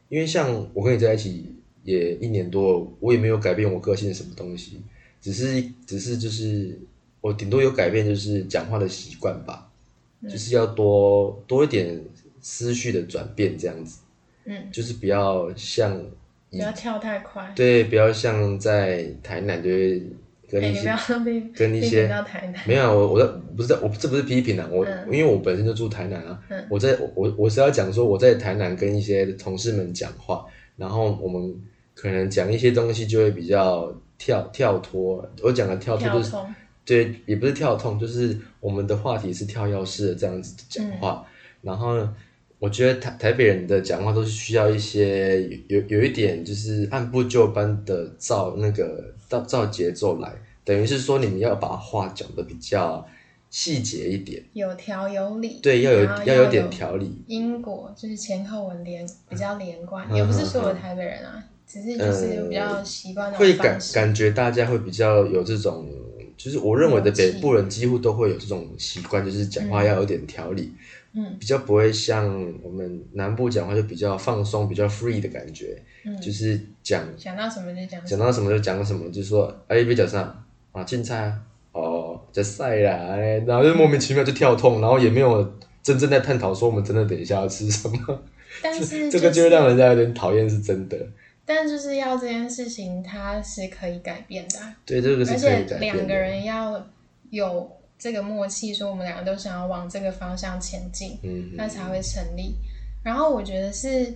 Speaker 1: 因为像我跟你在一起也一年多了，我也没有改变我个性什么东西，只是只是就是我顶多有改变就是讲话的习惯吧，
Speaker 2: 嗯
Speaker 1: 就是要多多一点思绪的转变这样子，
Speaker 2: 嗯，
Speaker 1: 就是不要像
Speaker 2: 不要跳太快，
Speaker 1: 对，不要像在台南就会跟
Speaker 2: 哎，
Speaker 1: 一
Speaker 2: 你不
Speaker 1: 些、
Speaker 2: 要被
Speaker 1: [laughs] 跟一些
Speaker 2: 被引到台南，
Speaker 1: 没有啊，我我在不是在我这不是批评啊，我、
Speaker 2: 嗯
Speaker 1: 因为我本身就住台南啊，
Speaker 2: 嗯
Speaker 1: 我在我我我是要讲说我在台南跟一些同事们讲话，然后我们可能讲一些东西就会比较跳跳脱，我讲的跳脱
Speaker 2: 跳
Speaker 1: 就是
Speaker 2: 通，
Speaker 1: 对，也不是跳痛，就是我们的话题是跳跃式的这样子讲
Speaker 2: 嗯
Speaker 1: 话。然后我觉得台台北人的讲话都是需要一些有有有一点就是按部就班的照那个照照节奏来，等于是说你们要把话讲的比较细节一点，
Speaker 2: 有条有理，
Speaker 1: 对，要有
Speaker 2: 然后
Speaker 1: 要
Speaker 2: 啊要
Speaker 1: 有点条理，
Speaker 2: 因果，就是前后文连比较连贯，
Speaker 1: 嗯
Speaker 2: 也不是所有的台北人啊，只是就是比较习惯那
Speaker 1: 呃会
Speaker 2: 种
Speaker 1: 感
Speaker 2: 方式，
Speaker 1: 感觉大家会比较有这种，就是我认为的北
Speaker 2: 默契
Speaker 1: 部人几乎都会有这种习惯，就是讲话要有点条理。
Speaker 2: 嗯
Speaker 1: 比较不会像我们南部讲话就比较放松、比较 free 的感觉，
Speaker 2: 嗯，
Speaker 1: 就是讲
Speaker 2: 想到什么就讲什
Speaker 1: 讲
Speaker 2: 么，
Speaker 1: 到什么就讲什么，就说哎，别讲啥啊，进菜啊，哦，在晒啦，哎然后就莫名其妙就跳痛，然后也没有真正在探讨说我们真的等一下要吃什么，
Speaker 2: 但是
Speaker 1: 这个
Speaker 2: 就
Speaker 1: 就是会让人家有点讨厌，是真的。
Speaker 2: 但就是要这件事情，它是可以改变的啊、
Speaker 1: 对，这个是
Speaker 2: 而
Speaker 1: 可
Speaker 2: 且
Speaker 1: 以改
Speaker 2: 两
Speaker 1: 变
Speaker 2: 个
Speaker 1: 的。
Speaker 2: 人要有这个默契，说我们两个都想要往这个方向前进，
Speaker 1: 嗯
Speaker 2: 那才会成立。然后我觉得是，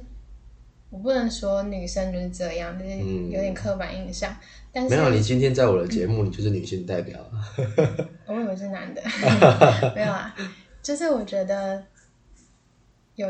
Speaker 2: 我不能说女生就是这样，就是
Speaker 1: 嗯
Speaker 2: 有点刻板印象。但是
Speaker 1: 没有，你今天在我的节目，你就是女性代表
Speaker 2: 嗯
Speaker 1: 啊。
Speaker 2: 我以为是
Speaker 1: [laughs]
Speaker 2: 男的，没有啦，就是我觉得有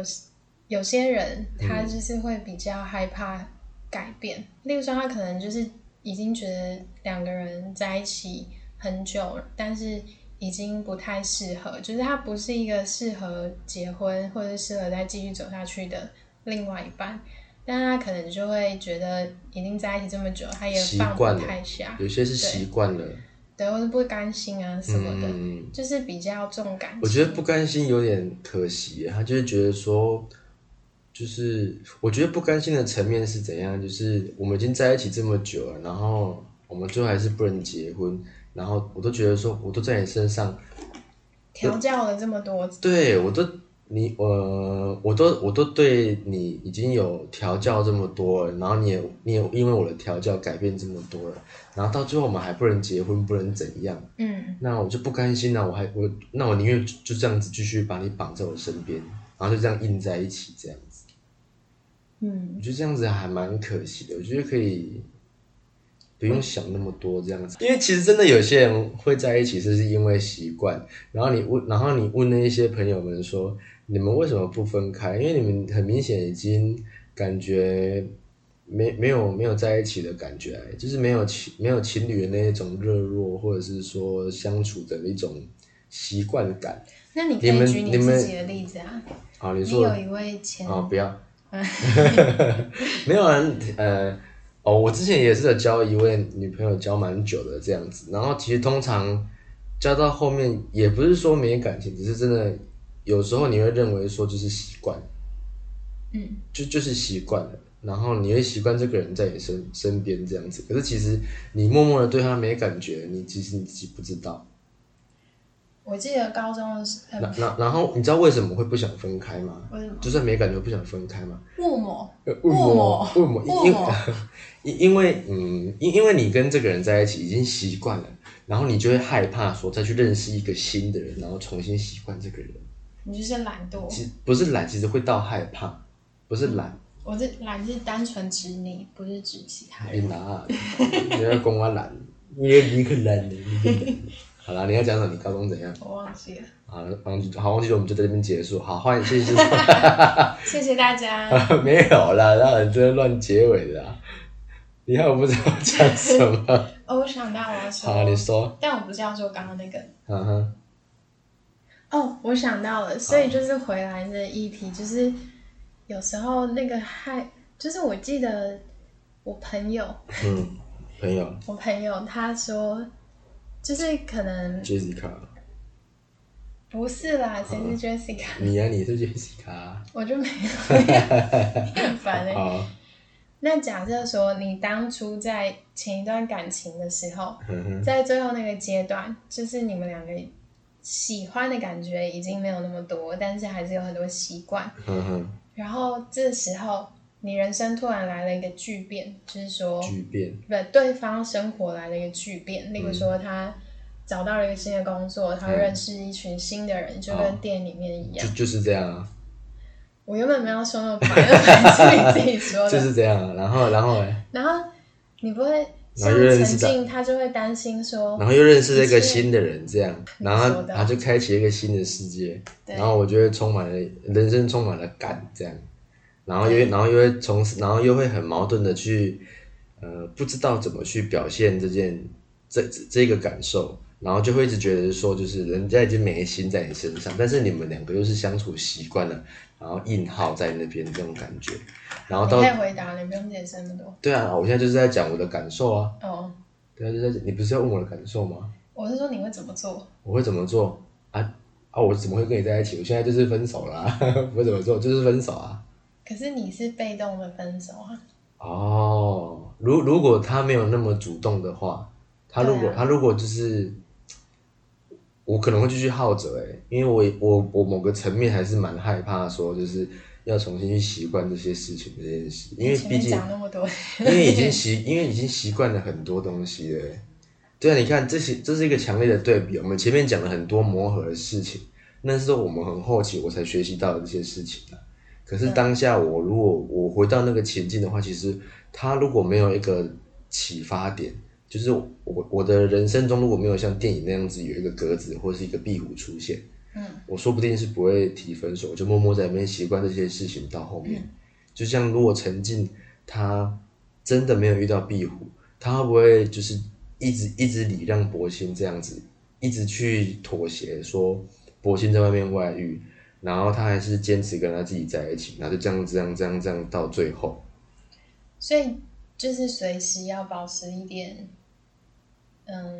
Speaker 2: 有些人
Speaker 1: 嗯
Speaker 2: 他就是会比较害怕改变，例如说他可能就是已经觉得两个人在一起很久了，但是已经不太适合，就是他不是一个适合结婚或者适合再继续走下去的另外一半。但他可能就会觉得已经在一起这么久，他也
Speaker 1: 习
Speaker 2: 放
Speaker 1: 惯
Speaker 2: 不
Speaker 1: 了
Speaker 2: 太下，
Speaker 1: 有些是习惯了，
Speaker 2: 对，或是不甘心啊什么的，
Speaker 1: 嗯，
Speaker 2: 就是比较重感情。
Speaker 1: 我觉得不甘心有点可惜，他就是觉得说，就是我觉得不甘心的层面是怎样？就是我们已经在一起这么久了，然后我们最后还是不能结婚，然后我都觉得说，我都在你身上，
Speaker 2: 调教了这么多，
Speaker 1: 对我都你呃，我都我都对你已经有调教这么多了，然后你也你也因为我的调教改变这么多了，然后到最后我们还不能结婚，不能怎样？
Speaker 2: 嗯，
Speaker 1: 那我就不甘心了、啊我还我那我宁愿就就这样子继续把你绑在我身边，然后就这样硬在一起这样子，我
Speaker 2: 嗯，
Speaker 1: 觉得这样子还蛮可惜的。我觉得可以不用想那么多这样子，因为其实真的有些人会在一起，就是因为习惯。然后你问，然后你问那一些朋友们说，你们为什么不分开？因为你们很明显已经感觉。没没有没有在一起的感觉，就是没有情没有情侣的那一种热络，或者是说相处的一种习惯感。
Speaker 2: 那你可
Speaker 1: 你
Speaker 2: 以
Speaker 1: 们
Speaker 2: 举你
Speaker 1: 你们
Speaker 2: 自己的例子啊。
Speaker 1: 好，你
Speaker 2: 你
Speaker 1: 说我
Speaker 2: 有一位前，
Speaker 1: 哦，不要， [laughs] 没有人呃，哦，我之前也是有交一位女朋友，交蛮久的这样子，然后其实通常交到后面也不是说没感情，只是真的有时候你会认为说就是习惯，
Speaker 2: 嗯，
Speaker 1: 就就是习惯了，然后你会习惯这个人在你身身边这样子，可是其实你默默的对他没感觉，你其实你自己不知道，
Speaker 2: 我记得高中的时候，
Speaker 1: 然
Speaker 2: 呃，
Speaker 1: 然然后你知道为什么会不想分开吗？
Speaker 2: 为什么
Speaker 1: 就算没感觉不想分开吗？
Speaker 2: 木某，
Speaker 1: 呃为
Speaker 2: 为什么
Speaker 1: 么？为什么？因
Speaker 2: 为
Speaker 1: 因 [laughs] 因
Speaker 2: 什么
Speaker 1: 因为嗯，因因为你跟这个人在一起已经习惯了，然后你就会害怕说再去认识一个新的人，然后重新习惯这个人。
Speaker 2: 你就是懒惰，
Speaker 1: 其实不是懒，其实会到害怕，不是懒，
Speaker 2: 我是懒是单纯指你，不是指其他人。
Speaker 1: 你哪？你要跟我懒， [laughs] 你你可懒的，你可懒。好啦，你要讲什么？你高中怎样？
Speaker 2: 我忘记了，
Speaker 1: 好，忘记好忘记了，我们就在这边结束。好，欢迎谢谢。
Speaker 2: 谢谢
Speaker 1: [laughs]
Speaker 2: 大家。
Speaker 1: 没有啦，那你真的乱结尾的、啊。你看我不知道讲什么。
Speaker 2: 哦，我想到我要说，
Speaker 1: 好，你说。
Speaker 2: 但我不是要说刚刚那个。
Speaker 1: 嗯哼。
Speaker 2: 哦，我想到了，所以就是回来的议题，就是有时候那个害，就是我记得我朋友，
Speaker 1: 嗯，朋友
Speaker 2: 我朋友他说，就是可能
Speaker 1: Jessica，
Speaker 2: 不是啦，谁是 Jessica？ [laughs]
Speaker 1: 你呀、你是 Jessica，啊
Speaker 2: 我就没有，你很烦哎、
Speaker 1: 好，
Speaker 2: 那假设说你当初在前一段感情的时候，
Speaker 1: 嗯哼，
Speaker 2: 在最后那个阶段，就是你们两个喜欢的感觉已经没有那么多，但是还是有很多习惯。
Speaker 1: 嗯哼，
Speaker 2: 然后这时候你人生突然来了一个巨变，就是说，
Speaker 1: 巨变，
Speaker 2: 不，对方生活来了一个巨变，例如说他找到了一个新的工作，他
Speaker 1: 嗯哦
Speaker 2: 认识一群新的人，就跟电影里面一样
Speaker 1: 就。就是这样啊，
Speaker 2: 我原本没有说那么白，那白是你自己说
Speaker 1: [laughs]
Speaker 2: 的。
Speaker 1: 就是这样啊，然后然后嘞，
Speaker 2: 然后你不会像
Speaker 1: 然后就认
Speaker 2: 陈
Speaker 1: 识到
Speaker 2: 静，他就会担心说
Speaker 1: 然，后又认识了一个新的人，这样，然
Speaker 2: 哦你说
Speaker 1: 后
Speaker 2: 的
Speaker 1: 他就开启一个新的世界，
Speaker 2: 对
Speaker 1: 然后我就会充满了人生，充满了感，这样，然后又然后又会从，然后又会很矛盾的去，呃，不知道怎么去表现这件这这这个感受，然后就会一直觉得说，就是人家已经没心在你身上，但是你们两个又是相处习惯了，然后硬耗在那边这种感觉，然后
Speaker 2: 你
Speaker 1: 到
Speaker 2: 可以回答了，你不用解释那么多。
Speaker 1: 对啊，我现在就是在讲我的感受啊，
Speaker 2: 哦，
Speaker 1: 对啊，就是在你不是要问我的感受吗？
Speaker 2: 我是说你会怎么做？
Speaker 1: 我会怎么做啊？啊，我怎么会跟你在一起？我现在就是分手啦、 [laughs] 我怎么做就是分手啊。
Speaker 2: 可是你是被动的分手啊，
Speaker 1: 哦，如如果他没有那么主动的话，他如
Speaker 2: 对
Speaker 1: 果、
Speaker 2: 啊
Speaker 1: 他如果就是，我可能会继续耗着哎、因为我也我我某个层面还是蛮害怕说就是要重新去习惯这些事情这件事，因为
Speaker 2: 你前
Speaker 1: 毕
Speaker 2: 面
Speaker 1: 竟
Speaker 2: 讲那么多，
Speaker 1: [laughs] 因为已经习，因为已经习惯了很多东西了。对啊，你看，这些这是一个强烈的对比。我们前面讲了很多磨合的事情，那是我们很后期我才学习到的这些事情啊。可是当下我如果我回到那个情境的话，其实他如果没有一个启发点，就是我我的人生中如果没有像电影那样子有一个格子或是一个壁虎出现，
Speaker 2: 嗯，
Speaker 1: 我说不定是不会提分手，我就默默在里面习惯这些事情到后
Speaker 2: 嗯
Speaker 1: 面。就像如果陈静他真的没有遇到壁虎，他会不会就是一直一直礼让博鑫这样子，一直去妥协说博鑫在外面外遇，然后他还是坚持跟他自己在一起，然后就这样这样这样这样到最后。
Speaker 2: 所以就是随时要保持一点，嗯，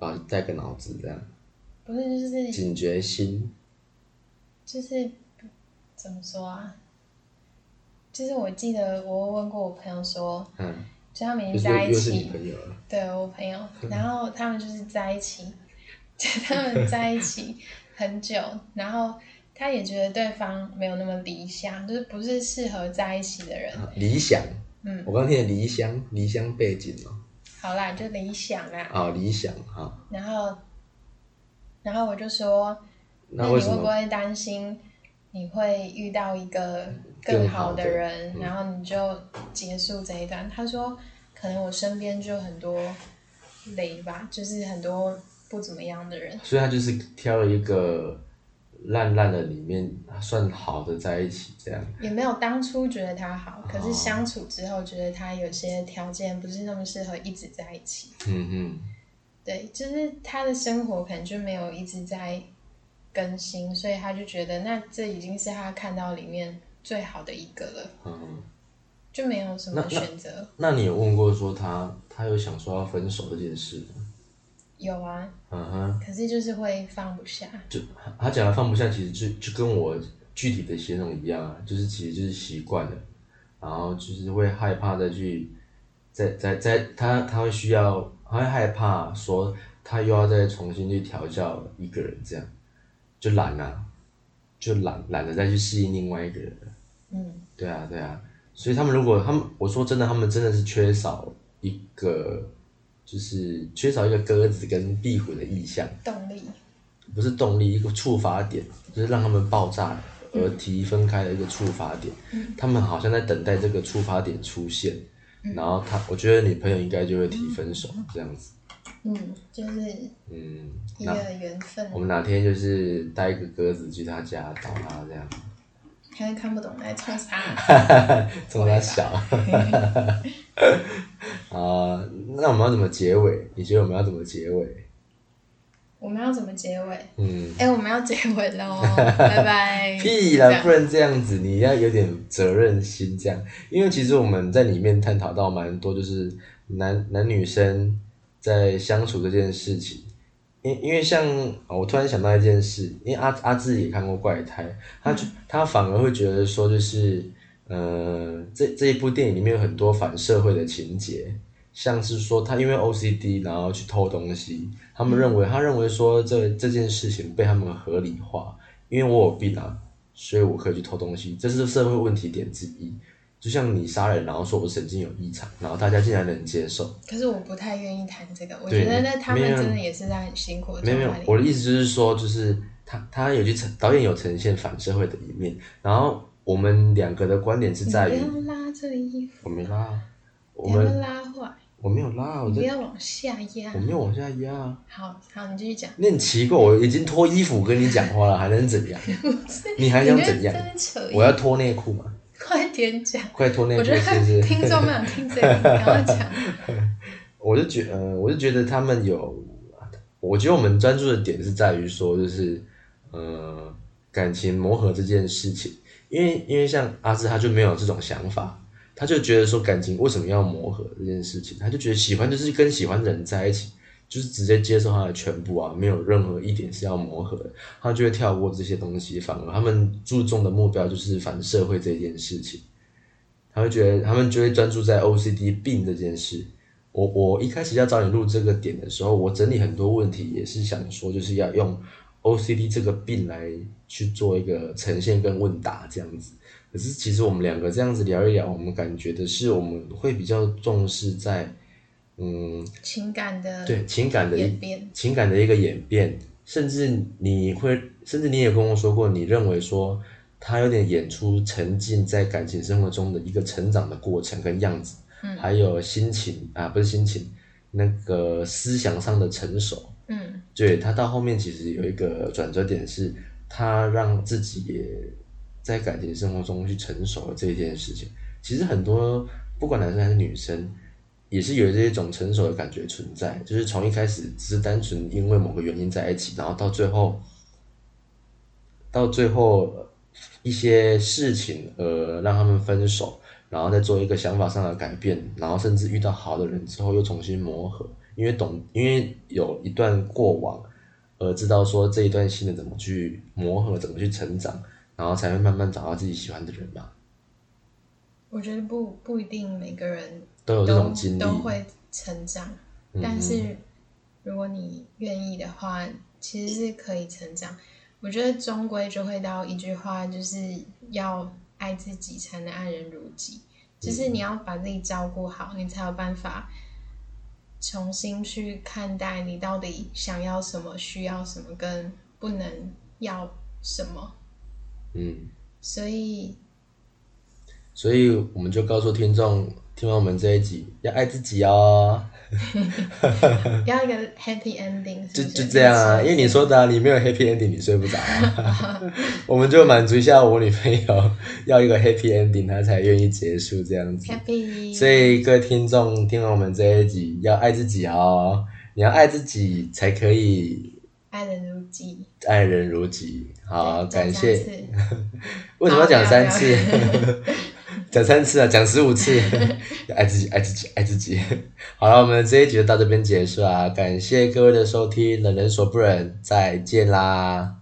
Speaker 1: 然后啊带个脑子这样，
Speaker 2: 不是就是
Speaker 1: 警觉心，
Speaker 2: 就是怎么说啊？就是我记得我问过我朋友说，
Speaker 1: 嗯，
Speaker 2: 就他们已
Speaker 1: 就是
Speaker 2: 经在
Speaker 1: 又
Speaker 2: 一
Speaker 1: 又是你
Speaker 2: 起，
Speaker 1: 朋友了，
Speaker 2: 对我
Speaker 1: [laughs]
Speaker 2: 朋友，然后他们就是在一起，就他们在一起很久，然后他也觉得对方没有那么理想，就是不是适合在一起的人。
Speaker 1: 啊理想，
Speaker 2: 嗯，
Speaker 1: 我刚听的离乡，离乡背景哦，
Speaker 2: 好啦，就理想啦。
Speaker 1: 啊，理想啊，
Speaker 2: 然后，然后我就说，那
Speaker 1: 为
Speaker 2: 你
Speaker 1: 什
Speaker 2: 会不
Speaker 1: 么？
Speaker 2: 会担心你会遇到一个
Speaker 1: 更
Speaker 2: 更
Speaker 1: 好
Speaker 2: 好的
Speaker 1: 的
Speaker 2: 人，
Speaker 1: 嗯
Speaker 2: 然后你就结束这一段？他说，可能我身边就很多雷吧，就是很多不怎么样的人。
Speaker 1: 所以他就是挑了一个烂烂的里面算好的在一起这样，
Speaker 2: 也没有当初觉得他好，可
Speaker 1: 哦
Speaker 2: 是相处之后觉得他有些条件不是那么适合一直在一起。
Speaker 1: 嗯嗯。
Speaker 2: 对，就是他的生活可能就没有一直在更新，所以他就觉得那这已经是他看到里面最好的一个了，
Speaker 1: 嗯，
Speaker 2: 就没有什么
Speaker 1: 那那
Speaker 2: 选择。
Speaker 1: 那你有问过说他他有想说要分手这件事吗？
Speaker 2: 有啊，
Speaker 1: 嗯哼，
Speaker 2: 可是就是会放不下。
Speaker 1: 就他他讲的放不下，其实就就跟我具体的形容一样啊，就是其实就是习惯了，然后就是会害怕再去，再再再他他会需要，他会害怕说他又要再重新去调教一个人，这样就懒了、就懒懒得再去适应另外一个人了。
Speaker 2: 嗯，
Speaker 1: 对啊，对啊，所以他们如果他们，我说真的，他们真的是缺少一个，就是缺少一个鸽子跟壁虎的意象，
Speaker 2: 动力。
Speaker 1: 不是动力，一个触发点，就是让他们爆炸而提分开的一个触发点。他们好像在等待这个触发点出现，然后他，我觉得你朋友应该就会提分手这样子。
Speaker 2: 嗯，就是
Speaker 1: 嗯，
Speaker 2: 一
Speaker 1: 那
Speaker 2: 个缘分
Speaker 1: 我，们哪天就是带一个鸽子去他家找他这样，
Speaker 2: 还是看不懂在冲啥。
Speaker 1: [laughs] 这么大小。啊，那我们要怎么结尾？你觉得我们要怎么结尾？
Speaker 2: 我们要怎么结尾？
Speaker 1: 嗯，
Speaker 2: 哎、我们要结尾
Speaker 1: [laughs]
Speaker 2: 喽，拜拜。
Speaker 1: 屁
Speaker 2: 这
Speaker 1: 啦，
Speaker 2: 样
Speaker 1: 不能这样子，你要有点责任心，这样，因为其实我们在里面探讨到蛮多，就是男男女生在相处这件事情。因因为像哦我突然想到一件事，因为阿阿志也看过《怪胎》，他就他反而会觉得说，就是呃，这这一部电影里面有很多反社会的情节，像是说他因为 OCD 然后去偷东西，他们认为他认为说这这件事情被他们合理化，因为我有病啊，所以我可以去偷东西，这是社会问题点之一。就像你杀人，然后说我神经有异常，然后大家竟然能接受，
Speaker 2: 可是我不太愿意谈这个，我
Speaker 1: 对
Speaker 2: 觉得那他
Speaker 1: 没
Speaker 2: 们
Speaker 1: 有
Speaker 2: 真的也是在很辛苦的
Speaker 1: 没有
Speaker 2: 状
Speaker 1: 没有
Speaker 2: 态，里。
Speaker 1: 我的意思就是说，就是他他有去呈导演有呈现反社会的一面，然后我们两个的观点是
Speaker 2: 你
Speaker 1: 在
Speaker 2: 不
Speaker 1: 于
Speaker 2: 要拉这个衣服，
Speaker 1: 我没拉啊，我
Speaker 2: 你要
Speaker 1: 们
Speaker 2: 拉坏，
Speaker 1: 我没有拉，我
Speaker 2: 你不
Speaker 1: 在
Speaker 2: 要往下压
Speaker 1: 我。没有往下压啊，
Speaker 2: 好好，你继续讲。
Speaker 1: 那很奇怪，我已经脱衣服跟你讲话了，还能怎
Speaker 2: [laughs]
Speaker 1: 样？你还想怎样
Speaker 2: 你在这边扯一
Speaker 1: 我要脱内裤嘛，
Speaker 2: [laughs] 快点讲，
Speaker 1: 快脱内
Speaker 2: 我
Speaker 1: 裤
Speaker 2: 觉得
Speaker 1: 是不是？
Speaker 2: 听众没有听这个，赶快讲。
Speaker 1: [laughs] 我就觉呃，我就觉得他们有，我觉得我们专注的点是在于说，就是呃，感情磨合这件事情，因为因为像阿志他就没有这种想法，他就觉得说感情为什么要磨合这件事情，他就觉得喜欢就是跟喜欢的人在一起，就是直接接受他的全部啊，没有任何一点是要磨合的，他就会跳过这些东西，反而他们注重的目标就是反社会这件事情。他会觉得，他们就会专注在 OCD 病这件事，我我一开始要找你录这个点的时候，我整理很多问题，也是想说就是要用 OCD 这个病来去做一个呈现跟问答这样子。可是其实我们两个这样子聊一聊，我们感觉的是我们会比较重视在嗯
Speaker 2: 情感的
Speaker 1: 对情感的一
Speaker 2: 演变，
Speaker 1: 情感的一个演变，甚至你会，甚至你也跟我说过，你认为说他有点演出沉浸在感情生活中的一个成长的过程跟样子，
Speaker 2: 嗯
Speaker 1: 还有心情啊，不是心情，那个思想上的成熟，
Speaker 2: 嗯
Speaker 1: 对他到后面其实有一个转折点是，他让自己也在感情生活中去成熟了这件事情。其实很多不管男生还是女生，也是有这一种成熟的感觉存在，就是从一开始只是单纯因为某个原因在一起，然后到最后，到最后呃一些事情呃让他们分手，然后再做一个想法上的改变，然后甚至遇到好的人之后又重新磨合。因因为懂，因为有一段过往，而知道说这一段新的怎么去磨合，怎么去成长，然后才会慢慢找到自己喜欢的人嘛。
Speaker 2: 我觉得不不一定每个人
Speaker 1: 都有这种经历，
Speaker 2: 都会成长，
Speaker 1: 嗯
Speaker 2: 但是如果你愿意的话，其实是可以成长。我觉得终归就会到一句话，就是要爱自己才能爱人如己，就是你要把自己照顾好，你才有办法重新去看待你到底想要什么、需要什么跟不能要什么。
Speaker 1: 嗯，
Speaker 2: 所以
Speaker 1: 所以我们就告诉听众，听完我们这一集要爱自己哦，
Speaker 2: 要一个 happy ending，
Speaker 1: 就是
Speaker 2: 不是
Speaker 1: 就这样啊，因为你说的、啊、你没有 happy ending，你睡不着、
Speaker 2: [laughs]
Speaker 1: 啊，我们就满足一下我女朋友要一个 happy ending，她才愿意结束这样子。
Speaker 2: happy，
Speaker 1: 所以各位听众听完我们这一集，要爱自己哦，你要爱自己才可以
Speaker 2: 爱人如己。
Speaker 1: 爱人如己。好，
Speaker 2: 对
Speaker 1: 感
Speaker 2: 讲三
Speaker 1: 谢。
Speaker 2: 次哦
Speaker 1: 为什么要讲三次
Speaker 2: 好不要？
Speaker 1: [laughs] 讲三次啊，讲十五
Speaker 2: [laughs]
Speaker 1: 次，要爱自己，爱自己，爱自己。好了，我们这一集就到这边结束啊，感谢各位的收听，冷人所不忍，再见啦。